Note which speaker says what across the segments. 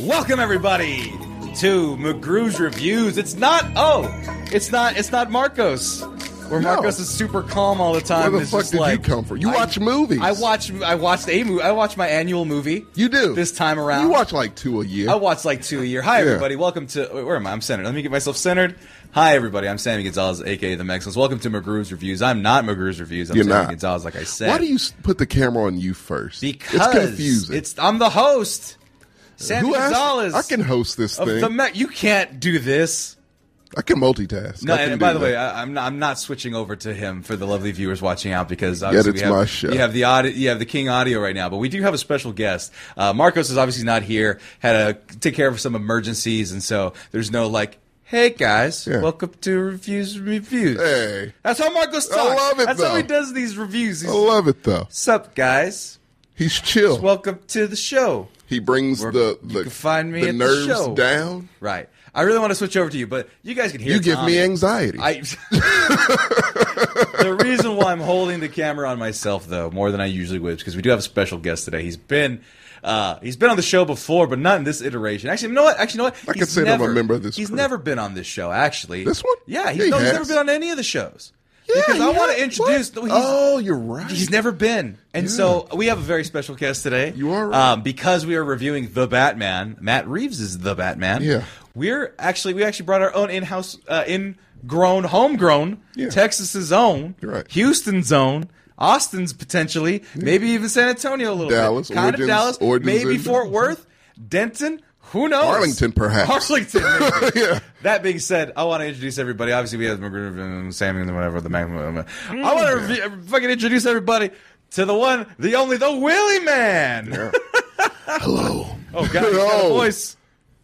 Speaker 1: Welcome everybody to McGrew's Reviews. It's not oh, it's not it's not Marcos. Where
Speaker 2: No.
Speaker 1: Marcos is super calm all the time.
Speaker 2: Where the
Speaker 1: It's
Speaker 2: fuck
Speaker 1: just
Speaker 2: did you
Speaker 1: like-
Speaker 2: come from? You
Speaker 1: I-
Speaker 2: watch movies.
Speaker 1: I watch I watched a movie. I watch my annual movie.
Speaker 2: You do
Speaker 1: this time around.
Speaker 2: You watch like two a year.
Speaker 1: I watch like two a year. Hi,
Speaker 2: Yeah.
Speaker 1: everybody. Welcome to. wait, Where am I? I'm centered. Let me get myself centered. Hi, everybody. I'm Sammy Gonzalez, aka The Mexicans. Welcome to McGrew's Reviews. I'm not McGrew's Reviews. I'm
Speaker 2: You're
Speaker 1: Sammy
Speaker 2: not.
Speaker 1: Gonzalez, like I said.
Speaker 2: Why do you s- put the camera on you first?
Speaker 1: Because
Speaker 2: it's confusing.
Speaker 1: it's- I'm the host. Sammy
Speaker 2: Who asked-
Speaker 1: Gonzalez.
Speaker 2: I can host this
Speaker 1: Of
Speaker 2: thing.
Speaker 1: the Me- you can't do this.
Speaker 2: I can multitask.
Speaker 1: No,
Speaker 2: I can
Speaker 1: and by
Speaker 2: do
Speaker 1: the way,
Speaker 2: that.
Speaker 1: I, I'm not. I'm not switching over to him for the lovely viewers watching out because obviously
Speaker 2: it's
Speaker 1: we have
Speaker 2: my show.
Speaker 1: you have the audio, you have the King audio right now, but we do have a special guest. Uh, Marcos is obviously not here. Had to take care of some emergencies, and so there's no like. Hey guys,
Speaker 2: Yeah.
Speaker 1: welcome to reviews reviews.
Speaker 2: Hey.
Speaker 1: that's how Marcos
Speaker 2: I
Speaker 1: talks.
Speaker 2: love it,
Speaker 1: That's how he
Speaker 2: though.
Speaker 1: does these reviews. He's,
Speaker 2: I love it though.
Speaker 1: Sup guys,
Speaker 2: He's chill.
Speaker 1: welcome to the show.
Speaker 2: he brings
Speaker 1: We're-
Speaker 2: the
Speaker 1: you
Speaker 2: the,
Speaker 1: can find me
Speaker 2: the
Speaker 1: at the
Speaker 2: nerves
Speaker 1: show.
Speaker 2: down.
Speaker 1: Right, I really want to switch over to you, but you guys can hear.
Speaker 2: You give
Speaker 1: Tommy.
Speaker 2: me anxiety.
Speaker 1: I. the reason why I'm holding the camera on myself, though, more than I usually would, is because we do have a special guest today. He's been. Uh, he's been on the show before, but not in this iteration. Actually, you know what? Actually, you know what? I
Speaker 2: can say that I'm a member of this
Speaker 1: He's
Speaker 2: crew.
Speaker 1: never been on this show. Actually,
Speaker 2: This one?
Speaker 1: Yeah, he's,
Speaker 2: Yeah, he
Speaker 1: no, he's
Speaker 2: has.
Speaker 1: never been on any of the shows.
Speaker 2: Yeah,
Speaker 1: because
Speaker 2: he
Speaker 1: I want
Speaker 2: has.
Speaker 1: to introduce.
Speaker 2: What?
Speaker 1: no, he's-
Speaker 2: oh, you're right.
Speaker 1: He's never been. And
Speaker 2: Yeah.
Speaker 1: so we have a very special guest today.
Speaker 2: You are right.
Speaker 1: Um, because we are reviewing The Batman. Matt Reeves is The Batman.
Speaker 2: Yeah.
Speaker 1: We're actually, we actually brought our own in house, uh, ingrown, homegrown,
Speaker 2: Yeah.
Speaker 1: Texas's own,
Speaker 2: You're right.
Speaker 1: Houston's own. Austin's potentially, maybe even San Antonio a little
Speaker 2: Dallas,
Speaker 1: bit, kind
Speaker 2: Origins-
Speaker 1: of Dallas,
Speaker 2: Origins
Speaker 1: maybe
Speaker 2: and-
Speaker 1: Fort Worth, Denton, who knows?
Speaker 2: Arlington, perhaps.
Speaker 1: Arlington. maybe.
Speaker 2: Yeah.
Speaker 1: That being said, I want to introduce everybody. Obviously, we have McGriff and Sammy and whatever the Magnum. I want to
Speaker 2: Mm.
Speaker 1: rev- fucking introduce everybody to the one, the only, the Willie Man.
Speaker 2: Hello.
Speaker 1: Oh God, he's got a
Speaker 2: Oh,
Speaker 1: voice.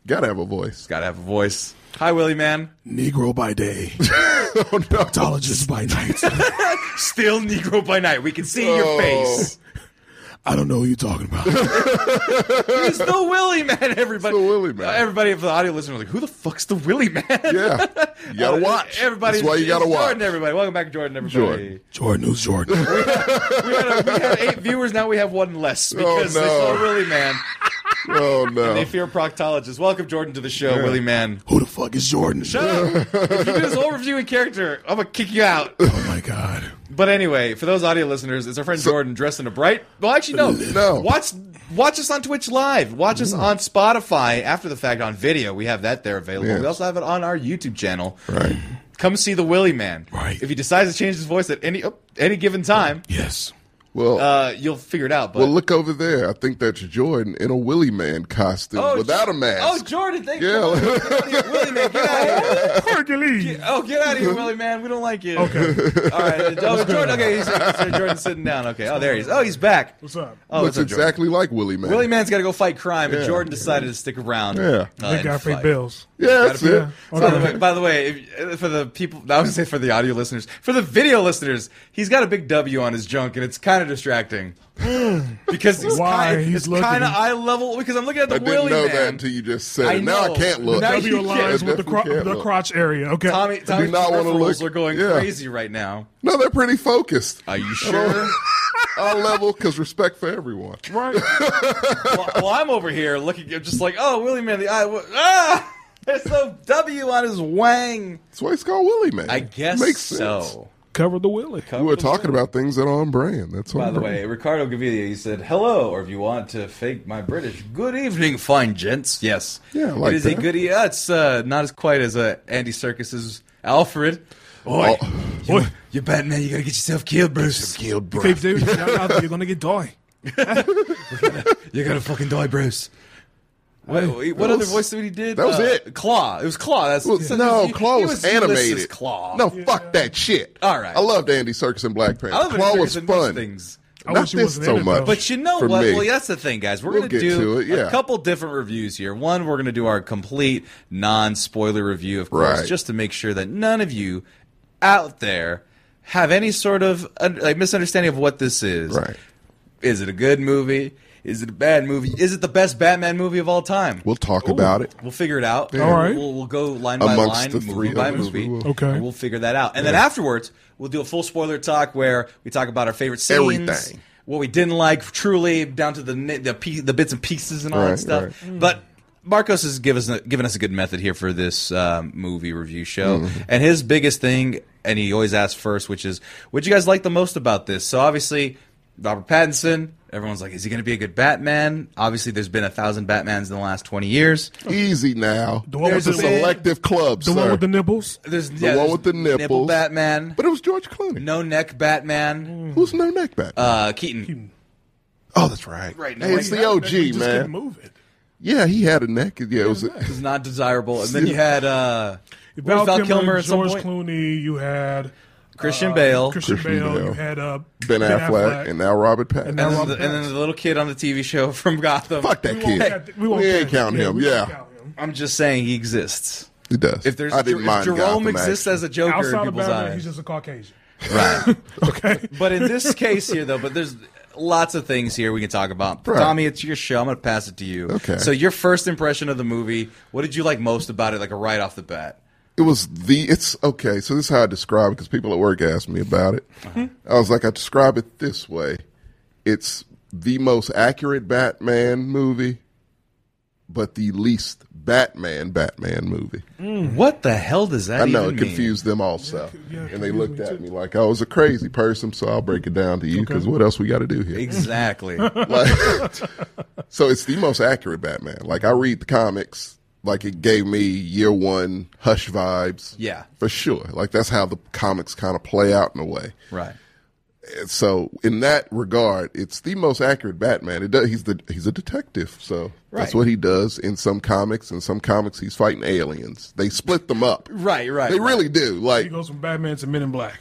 Speaker 2: Gotta have a voice.
Speaker 1: Got to have a voice. Hi, Willie Man.
Speaker 3: Negro by day,
Speaker 2: oh no.
Speaker 3: pathologist by night.
Speaker 1: Still Negro by night. We can see your
Speaker 2: Oh.
Speaker 1: face.
Speaker 3: I don't know who you're talking about.
Speaker 1: He's the Willie Man. Everybody,
Speaker 2: It's the Willie Man.
Speaker 1: Everybody for the audio listener was like, "Who the fuck's the Willie Man?"
Speaker 2: Yeah. You gotta
Speaker 1: Uh,
Speaker 2: watch.
Speaker 1: Everybody,
Speaker 2: That's why you
Speaker 1: it's
Speaker 2: gotta watch.
Speaker 1: Jordan, everybody, welcome back, Jordan. Everybody.
Speaker 3: Jordan,
Speaker 2: Jordan.
Speaker 3: who's Jordan?
Speaker 1: We had, we had eight viewers. Now we have one less because
Speaker 2: Oh,
Speaker 1: they
Speaker 2: no.
Speaker 1: saw Willie Man.
Speaker 2: Oh no.
Speaker 1: They fear proctologists. Welcome Jordan to the show, Willie Man.
Speaker 3: Who the fuck is Jordan?
Speaker 1: Shut up! if you do this whole review in character, I'm gonna kick you out.
Speaker 3: Oh my god.
Speaker 1: But anyway, for those audio listeners, it's our friend Jordan dressed in a bright. Well, actually, no,
Speaker 2: No. Mm.
Speaker 1: Watch, watch us on Twitch Live. Watch us on Spotify after the fact on video. We have that there available.
Speaker 2: Yes.
Speaker 1: We also have it on our YouTube channel.
Speaker 2: Right.
Speaker 1: Come see the Willie Man.
Speaker 3: Right.
Speaker 1: If he decides to change his voice at any oh, any given time,
Speaker 3: Yes.
Speaker 2: Well,
Speaker 1: uh, you'll figure it out. But
Speaker 2: well, look over there. I think that's Jordan in a Willie Man costume without a
Speaker 1: J- Oh,
Speaker 2: mask.
Speaker 1: Jordan, thank
Speaker 2: Yeah.
Speaker 1: you. Willie, man, get out of here.
Speaker 3: Hercules.
Speaker 1: Oh, get out of here, Willie, man. We don't like you. Okay. All right. Oh, Jordan, okay. He's, he's- Jordan's sitting down. Okay. Oh, there he is. Oh, he's back.
Speaker 4: What's up?
Speaker 1: Oh, what's
Speaker 2: Looks
Speaker 1: up, Jordan?
Speaker 2: exactly like Willie Man.
Speaker 1: Willie Man's got to go fight crime, but
Speaker 2: Yeah.
Speaker 1: Jordan decided to stick around.
Speaker 2: Yeah.
Speaker 1: uh,
Speaker 4: That
Speaker 1: and
Speaker 4: guy
Speaker 1: fight.
Speaker 4: paid bills.
Speaker 2: Yeah, that's
Speaker 1: Gotta be-
Speaker 2: it.
Speaker 4: Yeah.
Speaker 1: By the
Speaker 4: Okay.
Speaker 1: way, by the way if, uh, for the people, I was gonna say for the audio listeners, for the video listeners, he's got a big W on his junk, and it's kind of distracting because he's
Speaker 4: Why?
Speaker 1: kind,
Speaker 4: He's
Speaker 1: it's
Speaker 4: looking.
Speaker 1: kind of eye level. Because I'm looking at the
Speaker 2: I didn't
Speaker 1: Willie
Speaker 2: know
Speaker 1: Man.
Speaker 2: that until you just said
Speaker 1: I
Speaker 2: it. Now
Speaker 1: know.
Speaker 2: I can't look.
Speaker 1: Now you
Speaker 4: W lines
Speaker 2: can't-
Speaker 4: with the, cro-
Speaker 2: definitely can't
Speaker 4: the
Speaker 2: look.
Speaker 4: crotch area. Okay.
Speaker 1: Tommy, Tommy's
Speaker 2: not wanna
Speaker 1: peripherals are
Speaker 2: look-
Speaker 1: going
Speaker 2: yeah.
Speaker 1: crazy right now.
Speaker 2: No, they're pretty focused.
Speaker 1: Are you sure?
Speaker 2: Our level, because respect for everyone.
Speaker 4: Right.
Speaker 1: well, well, I'm over here looking, I'm just like, oh, Willie Man, the eye. wa- Ah, there's no W on his wang.
Speaker 2: That's why it's called Willie Man.
Speaker 1: I guess
Speaker 2: Makes
Speaker 1: so.
Speaker 2: sense.
Speaker 4: Cover the willy.
Speaker 2: We were talking about things that are on brand. That's
Speaker 1: By
Speaker 2: on
Speaker 1: the
Speaker 2: brand.
Speaker 1: way, Ricardo Gavidia, he said, hello, or if you want to fake my British, good evening, fine gents. Yes.
Speaker 2: Yeah, I like
Speaker 1: It is a
Speaker 2: that.
Speaker 1: good, yeah, it's uh, not as quite as uh, Andy Circus's Alfred. Oi,
Speaker 2: Oh.
Speaker 1: you, you Batman, you gotta get yourself killed, Bruce.
Speaker 2: Guild
Speaker 4: If dude, you're out there, you're gonna get die.
Speaker 1: You gotta fucking die, Bruce. What, what
Speaker 2: That
Speaker 1: other
Speaker 2: was-
Speaker 1: voice that he did?
Speaker 2: that was
Speaker 1: Uh,
Speaker 2: it.
Speaker 1: Claw. It was Claw. That's
Speaker 2: Well,
Speaker 1: so-
Speaker 2: no,
Speaker 1: he-
Speaker 2: Claw
Speaker 1: he
Speaker 2: was,
Speaker 1: Ulysses
Speaker 2: animated.
Speaker 1: Claw.
Speaker 2: No, fuck that shit.
Speaker 1: All right.
Speaker 2: I loved Andy Circus and Black
Speaker 1: I
Speaker 2: Panther.
Speaker 1: love
Speaker 2: Claw was
Speaker 1: in most
Speaker 2: fun.
Speaker 1: Things.
Speaker 4: I
Speaker 2: Not
Speaker 4: wish he
Speaker 2: this
Speaker 4: wasn't
Speaker 2: so
Speaker 4: in it,
Speaker 2: much.
Speaker 4: though.
Speaker 1: But you know
Speaker 2: For
Speaker 1: what?
Speaker 2: me.
Speaker 1: Well, that's the thing, guys. We're
Speaker 2: We'll
Speaker 1: going to
Speaker 2: get
Speaker 1: do
Speaker 2: to it, yeah.
Speaker 1: a couple different reviews here. One, we're going to do our complete non-spoiler review, of course,
Speaker 2: Right.
Speaker 1: just to make sure that none of you out there have any sort of uh, like misunderstanding of what this is.
Speaker 2: Right.
Speaker 1: Is it a good movie? Is it a bad movie? Is it the best Batman movie of all time?
Speaker 2: We'll talk about it.
Speaker 1: We'll figure it out.
Speaker 2: All
Speaker 4: right.
Speaker 1: We'll, we'll go line by
Speaker 2: Amongst
Speaker 1: line,
Speaker 2: the
Speaker 1: movie
Speaker 2: three
Speaker 1: by
Speaker 2: of us, we
Speaker 1: movie.
Speaker 2: will.
Speaker 4: Okay.
Speaker 1: And we'll figure that out. And then afterwards, we'll do a full spoiler talk where we talk about our favorite scenes,
Speaker 2: Everything.
Speaker 1: what we didn't like truly, down to the ni- the, pe- the bits and pieces and all that
Speaker 2: Right,
Speaker 1: stuff. But Marcos has given us given us a good method here for this um, movie review show,
Speaker 2: Mm-hmm.
Speaker 1: and his biggest thing, and he always asks first, which is, "What you guys like the most about this?" So obviously, Robert Pattinson. Everyone's like, "Is he going to be a good Batman?" Obviously, there's been a thousand Batmans in the last twenty years.
Speaker 2: Easy now.
Speaker 4: The one with
Speaker 2: There's a
Speaker 4: the-
Speaker 2: selective club,
Speaker 4: The one
Speaker 2: sir.
Speaker 4: with the nibbles.
Speaker 1: There's the
Speaker 2: one with the
Speaker 1: nipple
Speaker 2: nipples.
Speaker 1: Batman,
Speaker 2: but it was George Clooney.
Speaker 1: no neck
Speaker 4: Mm. Hmm.
Speaker 1: Batman,
Speaker 2: Who's no neck back?
Speaker 1: uh, Keaton.
Speaker 2: oh, that's right.
Speaker 1: right,
Speaker 2: Hey, it's
Speaker 1: no,
Speaker 2: the
Speaker 4: We
Speaker 2: OG,
Speaker 4: just
Speaker 2: man.
Speaker 4: can move it.
Speaker 2: Yeah, he had a neck. Yeah, it was.
Speaker 1: is not desirable. And then you had uh, what was Val, Kilmer, at some
Speaker 4: George
Speaker 1: point?
Speaker 4: Clooney. You had uh,
Speaker 1: Christian Bale,
Speaker 4: Christian,
Speaker 2: Christian
Speaker 4: Bale.
Speaker 2: Bale.
Speaker 4: You had uh,
Speaker 2: Ben, Affleck, and now Robert Pattinson.
Speaker 4: And
Speaker 1: and,
Speaker 4: now
Speaker 1: then
Speaker 4: Robert
Speaker 1: the, and then
Speaker 4: Pattinson.
Speaker 1: the little kid on the TV show from Gotham.
Speaker 2: Fuck that
Speaker 4: we won't
Speaker 2: kid.
Speaker 4: count- we won't
Speaker 2: ain't count him.
Speaker 4: we won't
Speaker 2: Yeah.
Speaker 4: count him.
Speaker 1: I'm just saying he exists.
Speaker 2: He does.
Speaker 1: If there's
Speaker 2: I didn't
Speaker 1: if
Speaker 2: mind
Speaker 1: Jerome
Speaker 2: Gotham,
Speaker 1: exists
Speaker 2: actually.
Speaker 1: as a joker in
Speaker 4: Outside of
Speaker 1: people's
Speaker 4: Batman,
Speaker 1: eyes.
Speaker 4: he's just a Caucasian.
Speaker 2: okay.
Speaker 1: but in this case here though, but there's lots of things here we can talk about.
Speaker 2: Right.
Speaker 1: Tommy, it's your show. I'm gonna pass it to you.
Speaker 2: Okay.
Speaker 1: So your first impression of the movie, what did you like most about it, like a right off the bat?
Speaker 2: It was the. It's okay. So this is how I describe it because people at work asked me about it. I was like, I describe it this way: it's the most accurate Batman movie, but the least Batman Batman movie.
Speaker 4: Hmm.
Speaker 1: What the hell does that
Speaker 2: I know it
Speaker 1: even mean?
Speaker 2: confused them also,
Speaker 4: yeah, it
Speaker 2: and they
Speaker 4: confused
Speaker 2: looked
Speaker 4: me
Speaker 2: at
Speaker 4: too.
Speaker 2: me like oh, I was a crazy person. So I'll break it down to you because what else we got to do here?
Speaker 1: Exactly.
Speaker 2: Like, so it's the most accurate Batman. Like I read the comics, like it gave me year one hush vibes.
Speaker 1: Yeah.
Speaker 2: for sure. Like that's how the comics kind of play out in a way.
Speaker 1: right.
Speaker 2: And so in that regard, it's the most accurate Batman. It does, he's the he's a detective, so
Speaker 1: Right.
Speaker 2: that's what he does in some comics. In some comics, he's fighting aliens. They split them up.
Speaker 1: Right, right.
Speaker 2: They
Speaker 1: right.
Speaker 2: really do.
Speaker 4: He
Speaker 2: Like
Speaker 4: goes from Batman to Men in Black.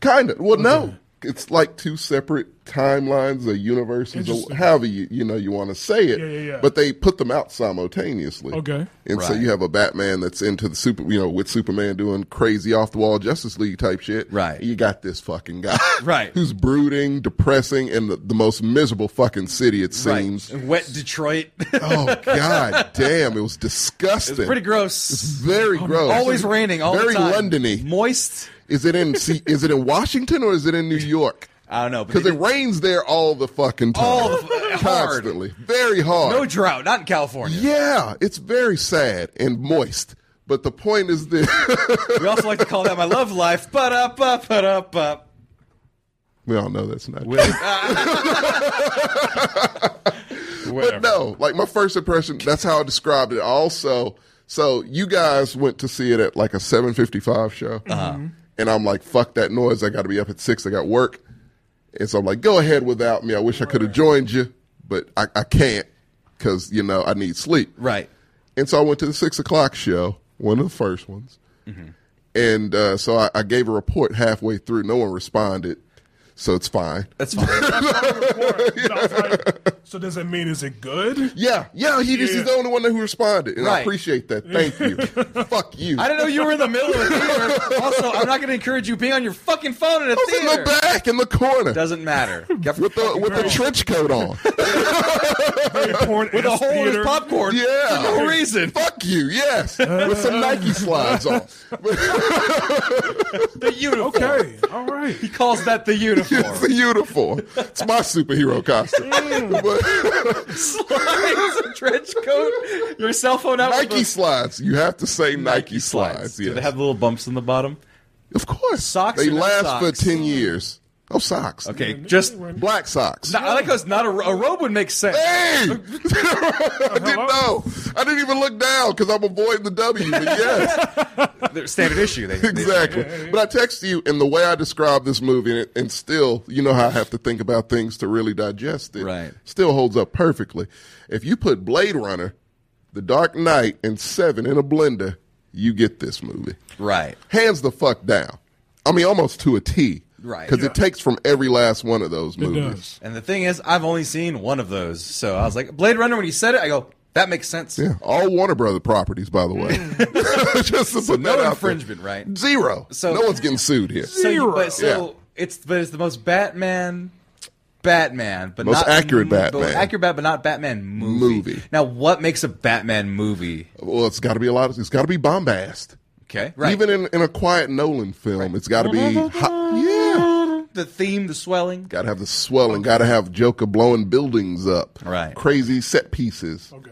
Speaker 2: Kind of. Well, no, it's like two separate timelines or universes, or
Speaker 4: Interesting.
Speaker 2: however you you know you want to say it.
Speaker 4: Yeah, yeah, yeah.
Speaker 2: But they put them out simultaneously.
Speaker 4: Okay.
Speaker 2: And so
Speaker 1: Right.
Speaker 2: you have a Batman that's into the super, you know, with Superman doing crazy off the wall Justice League type shit.
Speaker 1: Right.
Speaker 2: You got this fucking guy,
Speaker 1: Right.
Speaker 2: who's brooding, depressing, and the, the most miserable fucking city it seems.
Speaker 1: Right. Wet Detroit.
Speaker 2: Oh god, damn! It was disgusting.
Speaker 1: Pretty gross. Um,
Speaker 2: Very gross.
Speaker 1: Always raining all
Speaker 2: Very
Speaker 1: the time.
Speaker 2: Londony.
Speaker 1: Moist.
Speaker 2: Is it in C- is it in Washington or is it in New York?
Speaker 1: I don't know. but
Speaker 2: Because
Speaker 1: they
Speaker 2: it rains there all the fucking time.
Speaker 1: All the fu- hard.
Speaker 2: constantly. Very hard.
Speaker 1: No drought, not in California.
Speaker 2: yeah, it's very sad and moist. But the point is this
Speaker 1: We also like to call that my love life. But up, up, but up, up.
Speaker 2: We all know that's not true.
Speaker 1: Whatever.
Speaker 2: But no, like my first impression, that's how I described it. Also, so you guys went to see it at like a seven fifty five show. And I'm like, fuck that noise. I gotta be up at six, I got work. And so I'm like, go ahead without me. I wish I could have joined you, but I, I can't because, you know, I need sleep.
Speaker 1: Right.
Speaker 2: And so I went to the six o'clock show, one of the first ones. And uh, so I, I gave a report halfway through. No one responded. So it's fine.
Speaker 1: That's fine.
Speaker 4: So I was like, so does that mean is it good?
Speaker 2: Yeah, yeah, he just
Speaker 4: Yeah.
Speaker 2: is the only one who responded. And
Speaker 1: Right.
Speaker 2: I appreciate that. Thank you. Fuck you.
Speaker 1: I didn't know you were in the middle of a theater. Also, I'm not going to encourage you being on your fucking phone in a
Speaker 2: was in
Speaker 1: theater.
Speaker 2: the back, in the corner,
Speaker 1: Doesn't matter. Got-
Speaker 2: with the with the trench coat on.
Speaker 4: Very porn
Speaker 1: with a hole in his popcorn.
Speaker 2: Yeah.
Speaker 1: For no reason.
Speaker 2: Fuck you, yes. With some Nike slides on.
Speaker 1: The uniform.
Speaker 4: Okay. All right.
Speaker 1: He calls that the
Speaker 2: it's a
Speaker 1: uniform.
Speaker 2: uniform. It's my superhero costume. But-
Speaker 1: Slides, a trench coat, your cell phone out. with
Speaker 2: Nike
Speaker 1: the-
Speaker 2: slides. You have to say Nike,
Speaker 1: Nike
Speaker 2: slides.
Speaker 1: Do they
Speaker 2: yes.
Speaker 1: have little bumps in the bottom?
Speaker 2: Of course.
Speaker 1: Socks
Speaker 2: They
Speaker 1: or no
Speaker 2: last for
Speaker 1: socks?
Speaker 2: 10 years. Oh, socks.
Speaker 1: Okay, just.
Speaker 2: Black socks.
Speaker 1: I like how it's not a, ro- a robe would make sense.
Speaker 2: Hey! I didn't know. I didn't even look down because I'm avoiding the W. But yes,
Speaker 1: They're standard issue. They, they-
Speaker 2: exactly. But I text you, and the way I describe this movie, and, it- and still, you know how I have to think about things to really digest it.
Speaker 1: Right.
Speaker 2: Still holds up perfectly. If you put Blade Runner, The Dark Knight, and Seven in a blender, you get this movie
Speaker 1: Right.
Speaker 2: hands the fuck down. I mean, almost to a T.
Speaker 1: Right.
Speaker 2: Because
Speaker 1: Yeah.
Speaker 2: it takes from every last one of those
Speaker 4: It
Speaker 2: movies.
Speaker 4: does.
Speaker 1: And the thing is, I've only seen one of those, so I was like, Blade Runner. When you said it, I go, that makes sense.
Speaker 2: Yeah. All Warner Brother properties, by the way.
Speaker 4: Mm.
Speaker 2: Just to put
Speaker 1: no
Speaker 2: that out
Speaker 1: infringement,
Speaker 2: there.
Speaker 1: right?
Speaker 2: Zero.
Speaker 1: So-
Speaker 2: So no one's getting sued here.
Speaker 1: So, you-
Speaker 4: Zero.
Speaker 1: but so it's but it's the most Batman, Batman, but
Speaker 2: Most
Speaker 1: not
Speaker 2: accurate
Speaker 1: but
Speaker 2: Batman.
Speaker 1: accurate Batman, but not Batman movie.
Speaker 2: Movie.
Speaker 1: Now, what makes a Batman movie?
Speaker 2: Well, it's got to be a lot. Of, it's got to be bombast.
Speaker 1: Okay, right.
Speaker 2: Even in, in a quiet Nolan film, it's got to be hot. yeah.
Speaker 1: the theme, the swelling.
Speaker 2: Got to have the swelling. Got to have Joker blowing buildings up.
Speaker 1: Right.
Speaker 2: Crazy set pieces.
Speaker 4: Okay.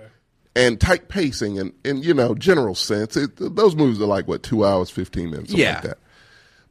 Speaker 2: and tight pacing and, and you know general sense. It, those movies are like what two hours fifteen minutes, something
Speaker 1: Yeah.
Speaker 2: like that.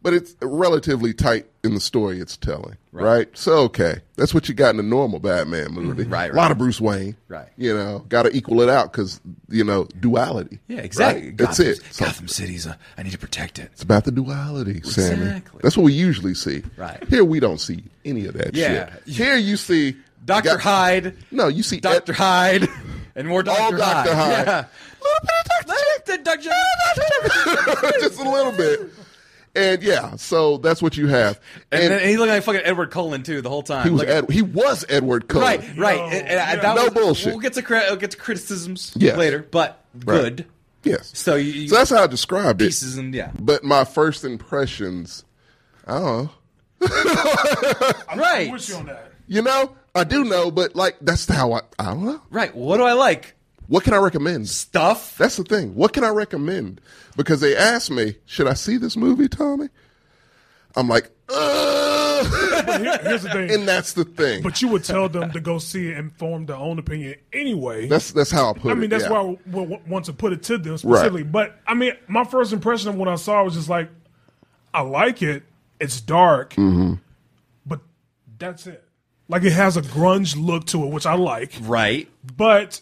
Speaker 2: But it's relatively tight in the story it's telling, right? So okay, that's what you got in a normal Batman movie.
Speaker 1: Mm-hmm. Right,
Speaker 2: a lot
Speaker 1: right.
Speaker 2: of Bruce Wayne.
Speaker 1: Right.
Speaker 2: You know, got to equal it out because you know duality.
Speaker 1: Yeah,
Speaker 2: right?
Speaker 1: exactly.
Speaker 2: That's
Speaker 1: Gotham-
Speaker 2: it. So
Speaker 1: Gotham City's. A, I need to protect it.
Speaker 2: it's about the duality, Sammy.
Speaker 1: Exactly.
Speaker 2: That's what we usually see.
Speaker 1: Right.
Speaker 2: Here we don't see any of that
Speaker 1: Yeah.
Speaker 2: shit. Here you see
Speaker 1: Doctor
Speaker 2: got-
Speaker 1: Hyde.
Speaker 2: No, you see
Speaker 1: Doctor
Speaker 2: Ed-
Speaker 1: Hyde, and more Doctor
Speaker 2: All
Speaker 1: Hyde.
Speaker 2: Dr. Hyde.
Speaker 1: Yeah. Doctor
Speaker 2: just a little bit. And yeah, so that's what you have.
Speaker 1: And,
Speaker 2: And,
Speaker 1: then he looked like fucking Edward Cullen too the whole time.
Speaker 2: he was
Speaker 1: Like-
Speaker 2: Ed, he was Edward Cullen.
Speaker 1: right, right.
Speaker 4: Yo,
Speaker 1: And- and I-
Speaker 4: yeah.
Speaker 1: that
Speaker 2: No
Speaker 1: was-
Speaker 2: bullshit.
Speaker 1: We'll get to cri- we'll get to criticisms
Speaker 2: Yes.
Speaker 1: later, but
Speaker 2: Right.
Speaker 1: good.
Speaker 2: Yes.
Speaker 1: So you, you
Speaker 2: So that's how I described it.
Speaker 1: pieces and yeah,
Speaker 2: But my first impressions, I don't know.
Speaker 1: right,
Speaker 4: With you on that.
Speaker 2: You know, I do know, but like that's how I I don't know.
Speaker 1: right. What do I like?
Speaker 2: What can I recommend?
Speaker 1: Stuff.
Speaker 2: That's the thing. What can I recommend? Because they asked me, should I see this movie, Tommy? I'm like, Ugh!
Speaker 4: But here- here's the thing.
Speaker 2: and that's the thing.
Speaker 4: but you would tell them to go see it and form their own opinion anyway.
Speaker 2: That's that's how I put
Speaker 4: I
Speaker 2: it.
Speaker 4: mean, that's
Speaker 2: yeah.
Speaker 4: why I w- w- want to put it to them specifically. But I mean, my first impression of when I saw it was just like, I like it. It's dark,
Speaker 2: Mm-hmm.
Speaker 4: but that's it. Like it has a grunge look to it, which I like.
Speaker 1: Right.
Speaker 4: But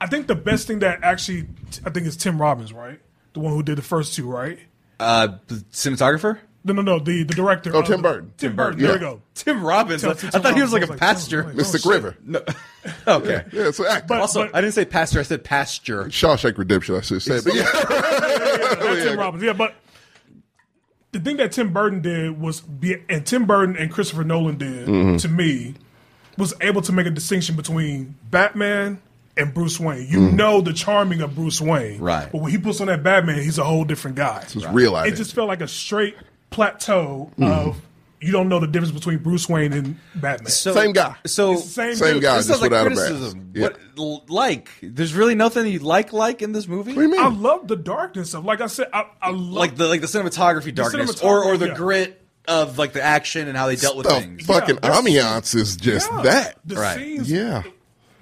Speaker 4: I think the best thing that actually, I think it's Tim Robbins, right? The one who did the first two, right?
Speaker 1: Uh, the cinematographer.
Speaker 4: No, no, no. The the director.
Speaker 2: Oh,
Speaker 4: of
Speaker 2: Tim
Speaker 4: the-
Speaker 2: Burton.
Speaker 4: Tim Burton.
Speaker 2: Yeah.
Speaker 4: There we go.
Speaker 1: Tim Robbins. I
Speaker 4: Tim- Tim
Speaker 1: thought he was
Speaker 4: Robbins.
Speaker 1: like
Speaker 4: I was
Speaker 1: a
Speaker 4: like,
Speaker 1: pastor.
Speaker 4: Tim-
Speaker 2: Mr.
Speaker 4: Oh, shit.
Speaker 2: Griver.
Speaker 1: okay.
Speaker 2: Yeah, it's an actor.
Speaker 4: But-
Speaker 1: Also, I didn't say pastor. I said pasture.
Speaker 2: Shawshank Redemption, I should say. But yeah,
Speaker 4: Not Tim Robbins. Yeah, but the thing that Tim Burton did was be and Tim Burton and Christopher Nolan did
Speaker 1: Mm-hmm.
Speaker 4: to me was able to make a distinction between Batman and Bruce Wayne. You know the charming of Bruce Wayne.
Speaker 1: Mm-hmm. Right.
Speaker 4: But when he puts on that Batman, he's a whole different guy.
Speaker 2: just realize
Speaker 4: It just felt like a straight plateau
Speaker 1: Mm-hmm.
Speaker 4: of you don't know the difference between Bruce Wayne and Batman.
Speaker 1: So,
Speaker 2: Same guy.
Speaker 1: So
Speaker 4: It's the same
Speaker 2: Same
Speaker 4: dude.
Speaker 2: guy.
Speaker 1: This sounds
Speaker 2: just
Speaker 1: like
Speaker 2: without a brass.
Speaker 1: criticism.
Speaker 2: Yeah.
Speaker 1: What l- like? There's really nothing you like like in this movie.
Speaker 2: What do you mean?
Speaker 4: I love the darkness of like I said, I, I love
Speaker 1: Like the like the cinematography darkness, or or the
Speaker 4: cinematography, yeah.
Speaker 1: grit of like the action and how they dealt with
Speaker 2: the
Speaker 1: things.
Speaker 2: fucking
Speaker 4: Yeah.
Speaker 2: ambiance is just
Speaker 4: Yeah.
Speaker 2: that.
Speaker 4: The
Speaker 1: Right.
Speaker 4: scenes,
Speaker 2: Yeah.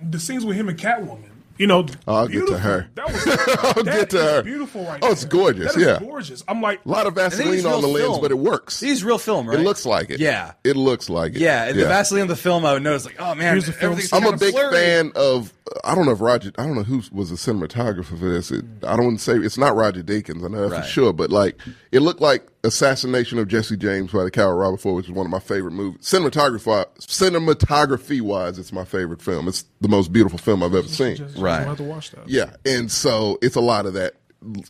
Speaker 4: The scenes with him and Catwoman. You know,
Speaker 2: Oh, I'll get to
Speaker 4: beautiful.
Speaker 2: her.
Speaker 4: That was
Speaker 2: I'll
Speaker 4: that
Speaker 2: get to
Speaker 4: is
Speaker 2: her.
Speaker 4: beautiful right
Speaker 2: Oh, it's
Speaker 4: there.
Speaker 2: gorgeous,
Speaker 4: That is
Speaker 2: yeah.
Speaker 4: gorgeous. I'm like,
Speaker 2: A lot of
Speaker 1: I think he's
Speaker 2: Vaseline on the
Speaker 1: real
Speaker 2: lens,
Speaker 1: film.
Speaker 2: but it works.
Speaker 1: He's real film, right?
Speaker 2: It looks like it.
Speaker 1: Yeah.
Speaker 2: It looks like it.
Speaker 1: Yeah, and the Vaseline of the film, I would notice, like, oh man,
Speaker 4: Here's the film.
Speaker 1: everything's
Speaker 2: I'm a
Speaker 1: kinda
Speaker 2: big
Speaker 1: blurry.
Speaker 2: fan of. I don't know if Roger. I don't know who was the cinematographer for this. It, I don't want to say it's not Roger Deakins. I know that
Speaker 1: Right.
Speaker 2: for sure. But like, it looked like Assassination of Jesse James by the Coward Robert Ford, which is one of my favorite movies. Cinematography, cinematography wise, it's my favorite film. It's the most beautiful film I've ever seen.
Speaker 1: Right.
Speaker 4: I'll have to watch that.
Speaker 2: Yeah, and so it's a lot of that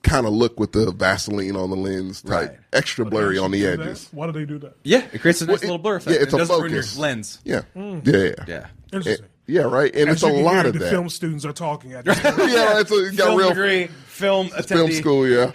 Speaker 2: kind of look with the Vaseline on the lens type,
Speaker 1: Right.
Speaker 2: extra blurry on the
Speaker 4: Do that?
Speaker 2: edges.
Speaker 4: Why do they do that?
Speaker 1: Yeah, it creates a nice
Speaker 2: Well, it-
Speaker 1: little blur effect.
Speaker 2: Yeah, it's
Speaker 1: it
Speaker 2: a
Speaker 1: doesn't
Speaker 2: focus
Speaker 1: ruin your lens.
Speaker 2: Yeah, yeah,
Speaker 1: Yeah.
Speaker 4: Interesting.
Speaker 2: And- yeah, right. And
Speaker 4: As
Speaker 2: it's a
Speaker 4: you can
Speaker 2: lot
Speaker 4: hear,
Speaker 2: of
Speaker 4: the
Speaker 2: that.
Speaker 4: film students are talking at this point.
Speaker 2: yeah, it's a, you got
Speaker 1: Film
Speaker 2: real
Speaker 1: degree, film
Speaker 2: film
Speaker 1: attendee.
Speaker 2: school. Yeah,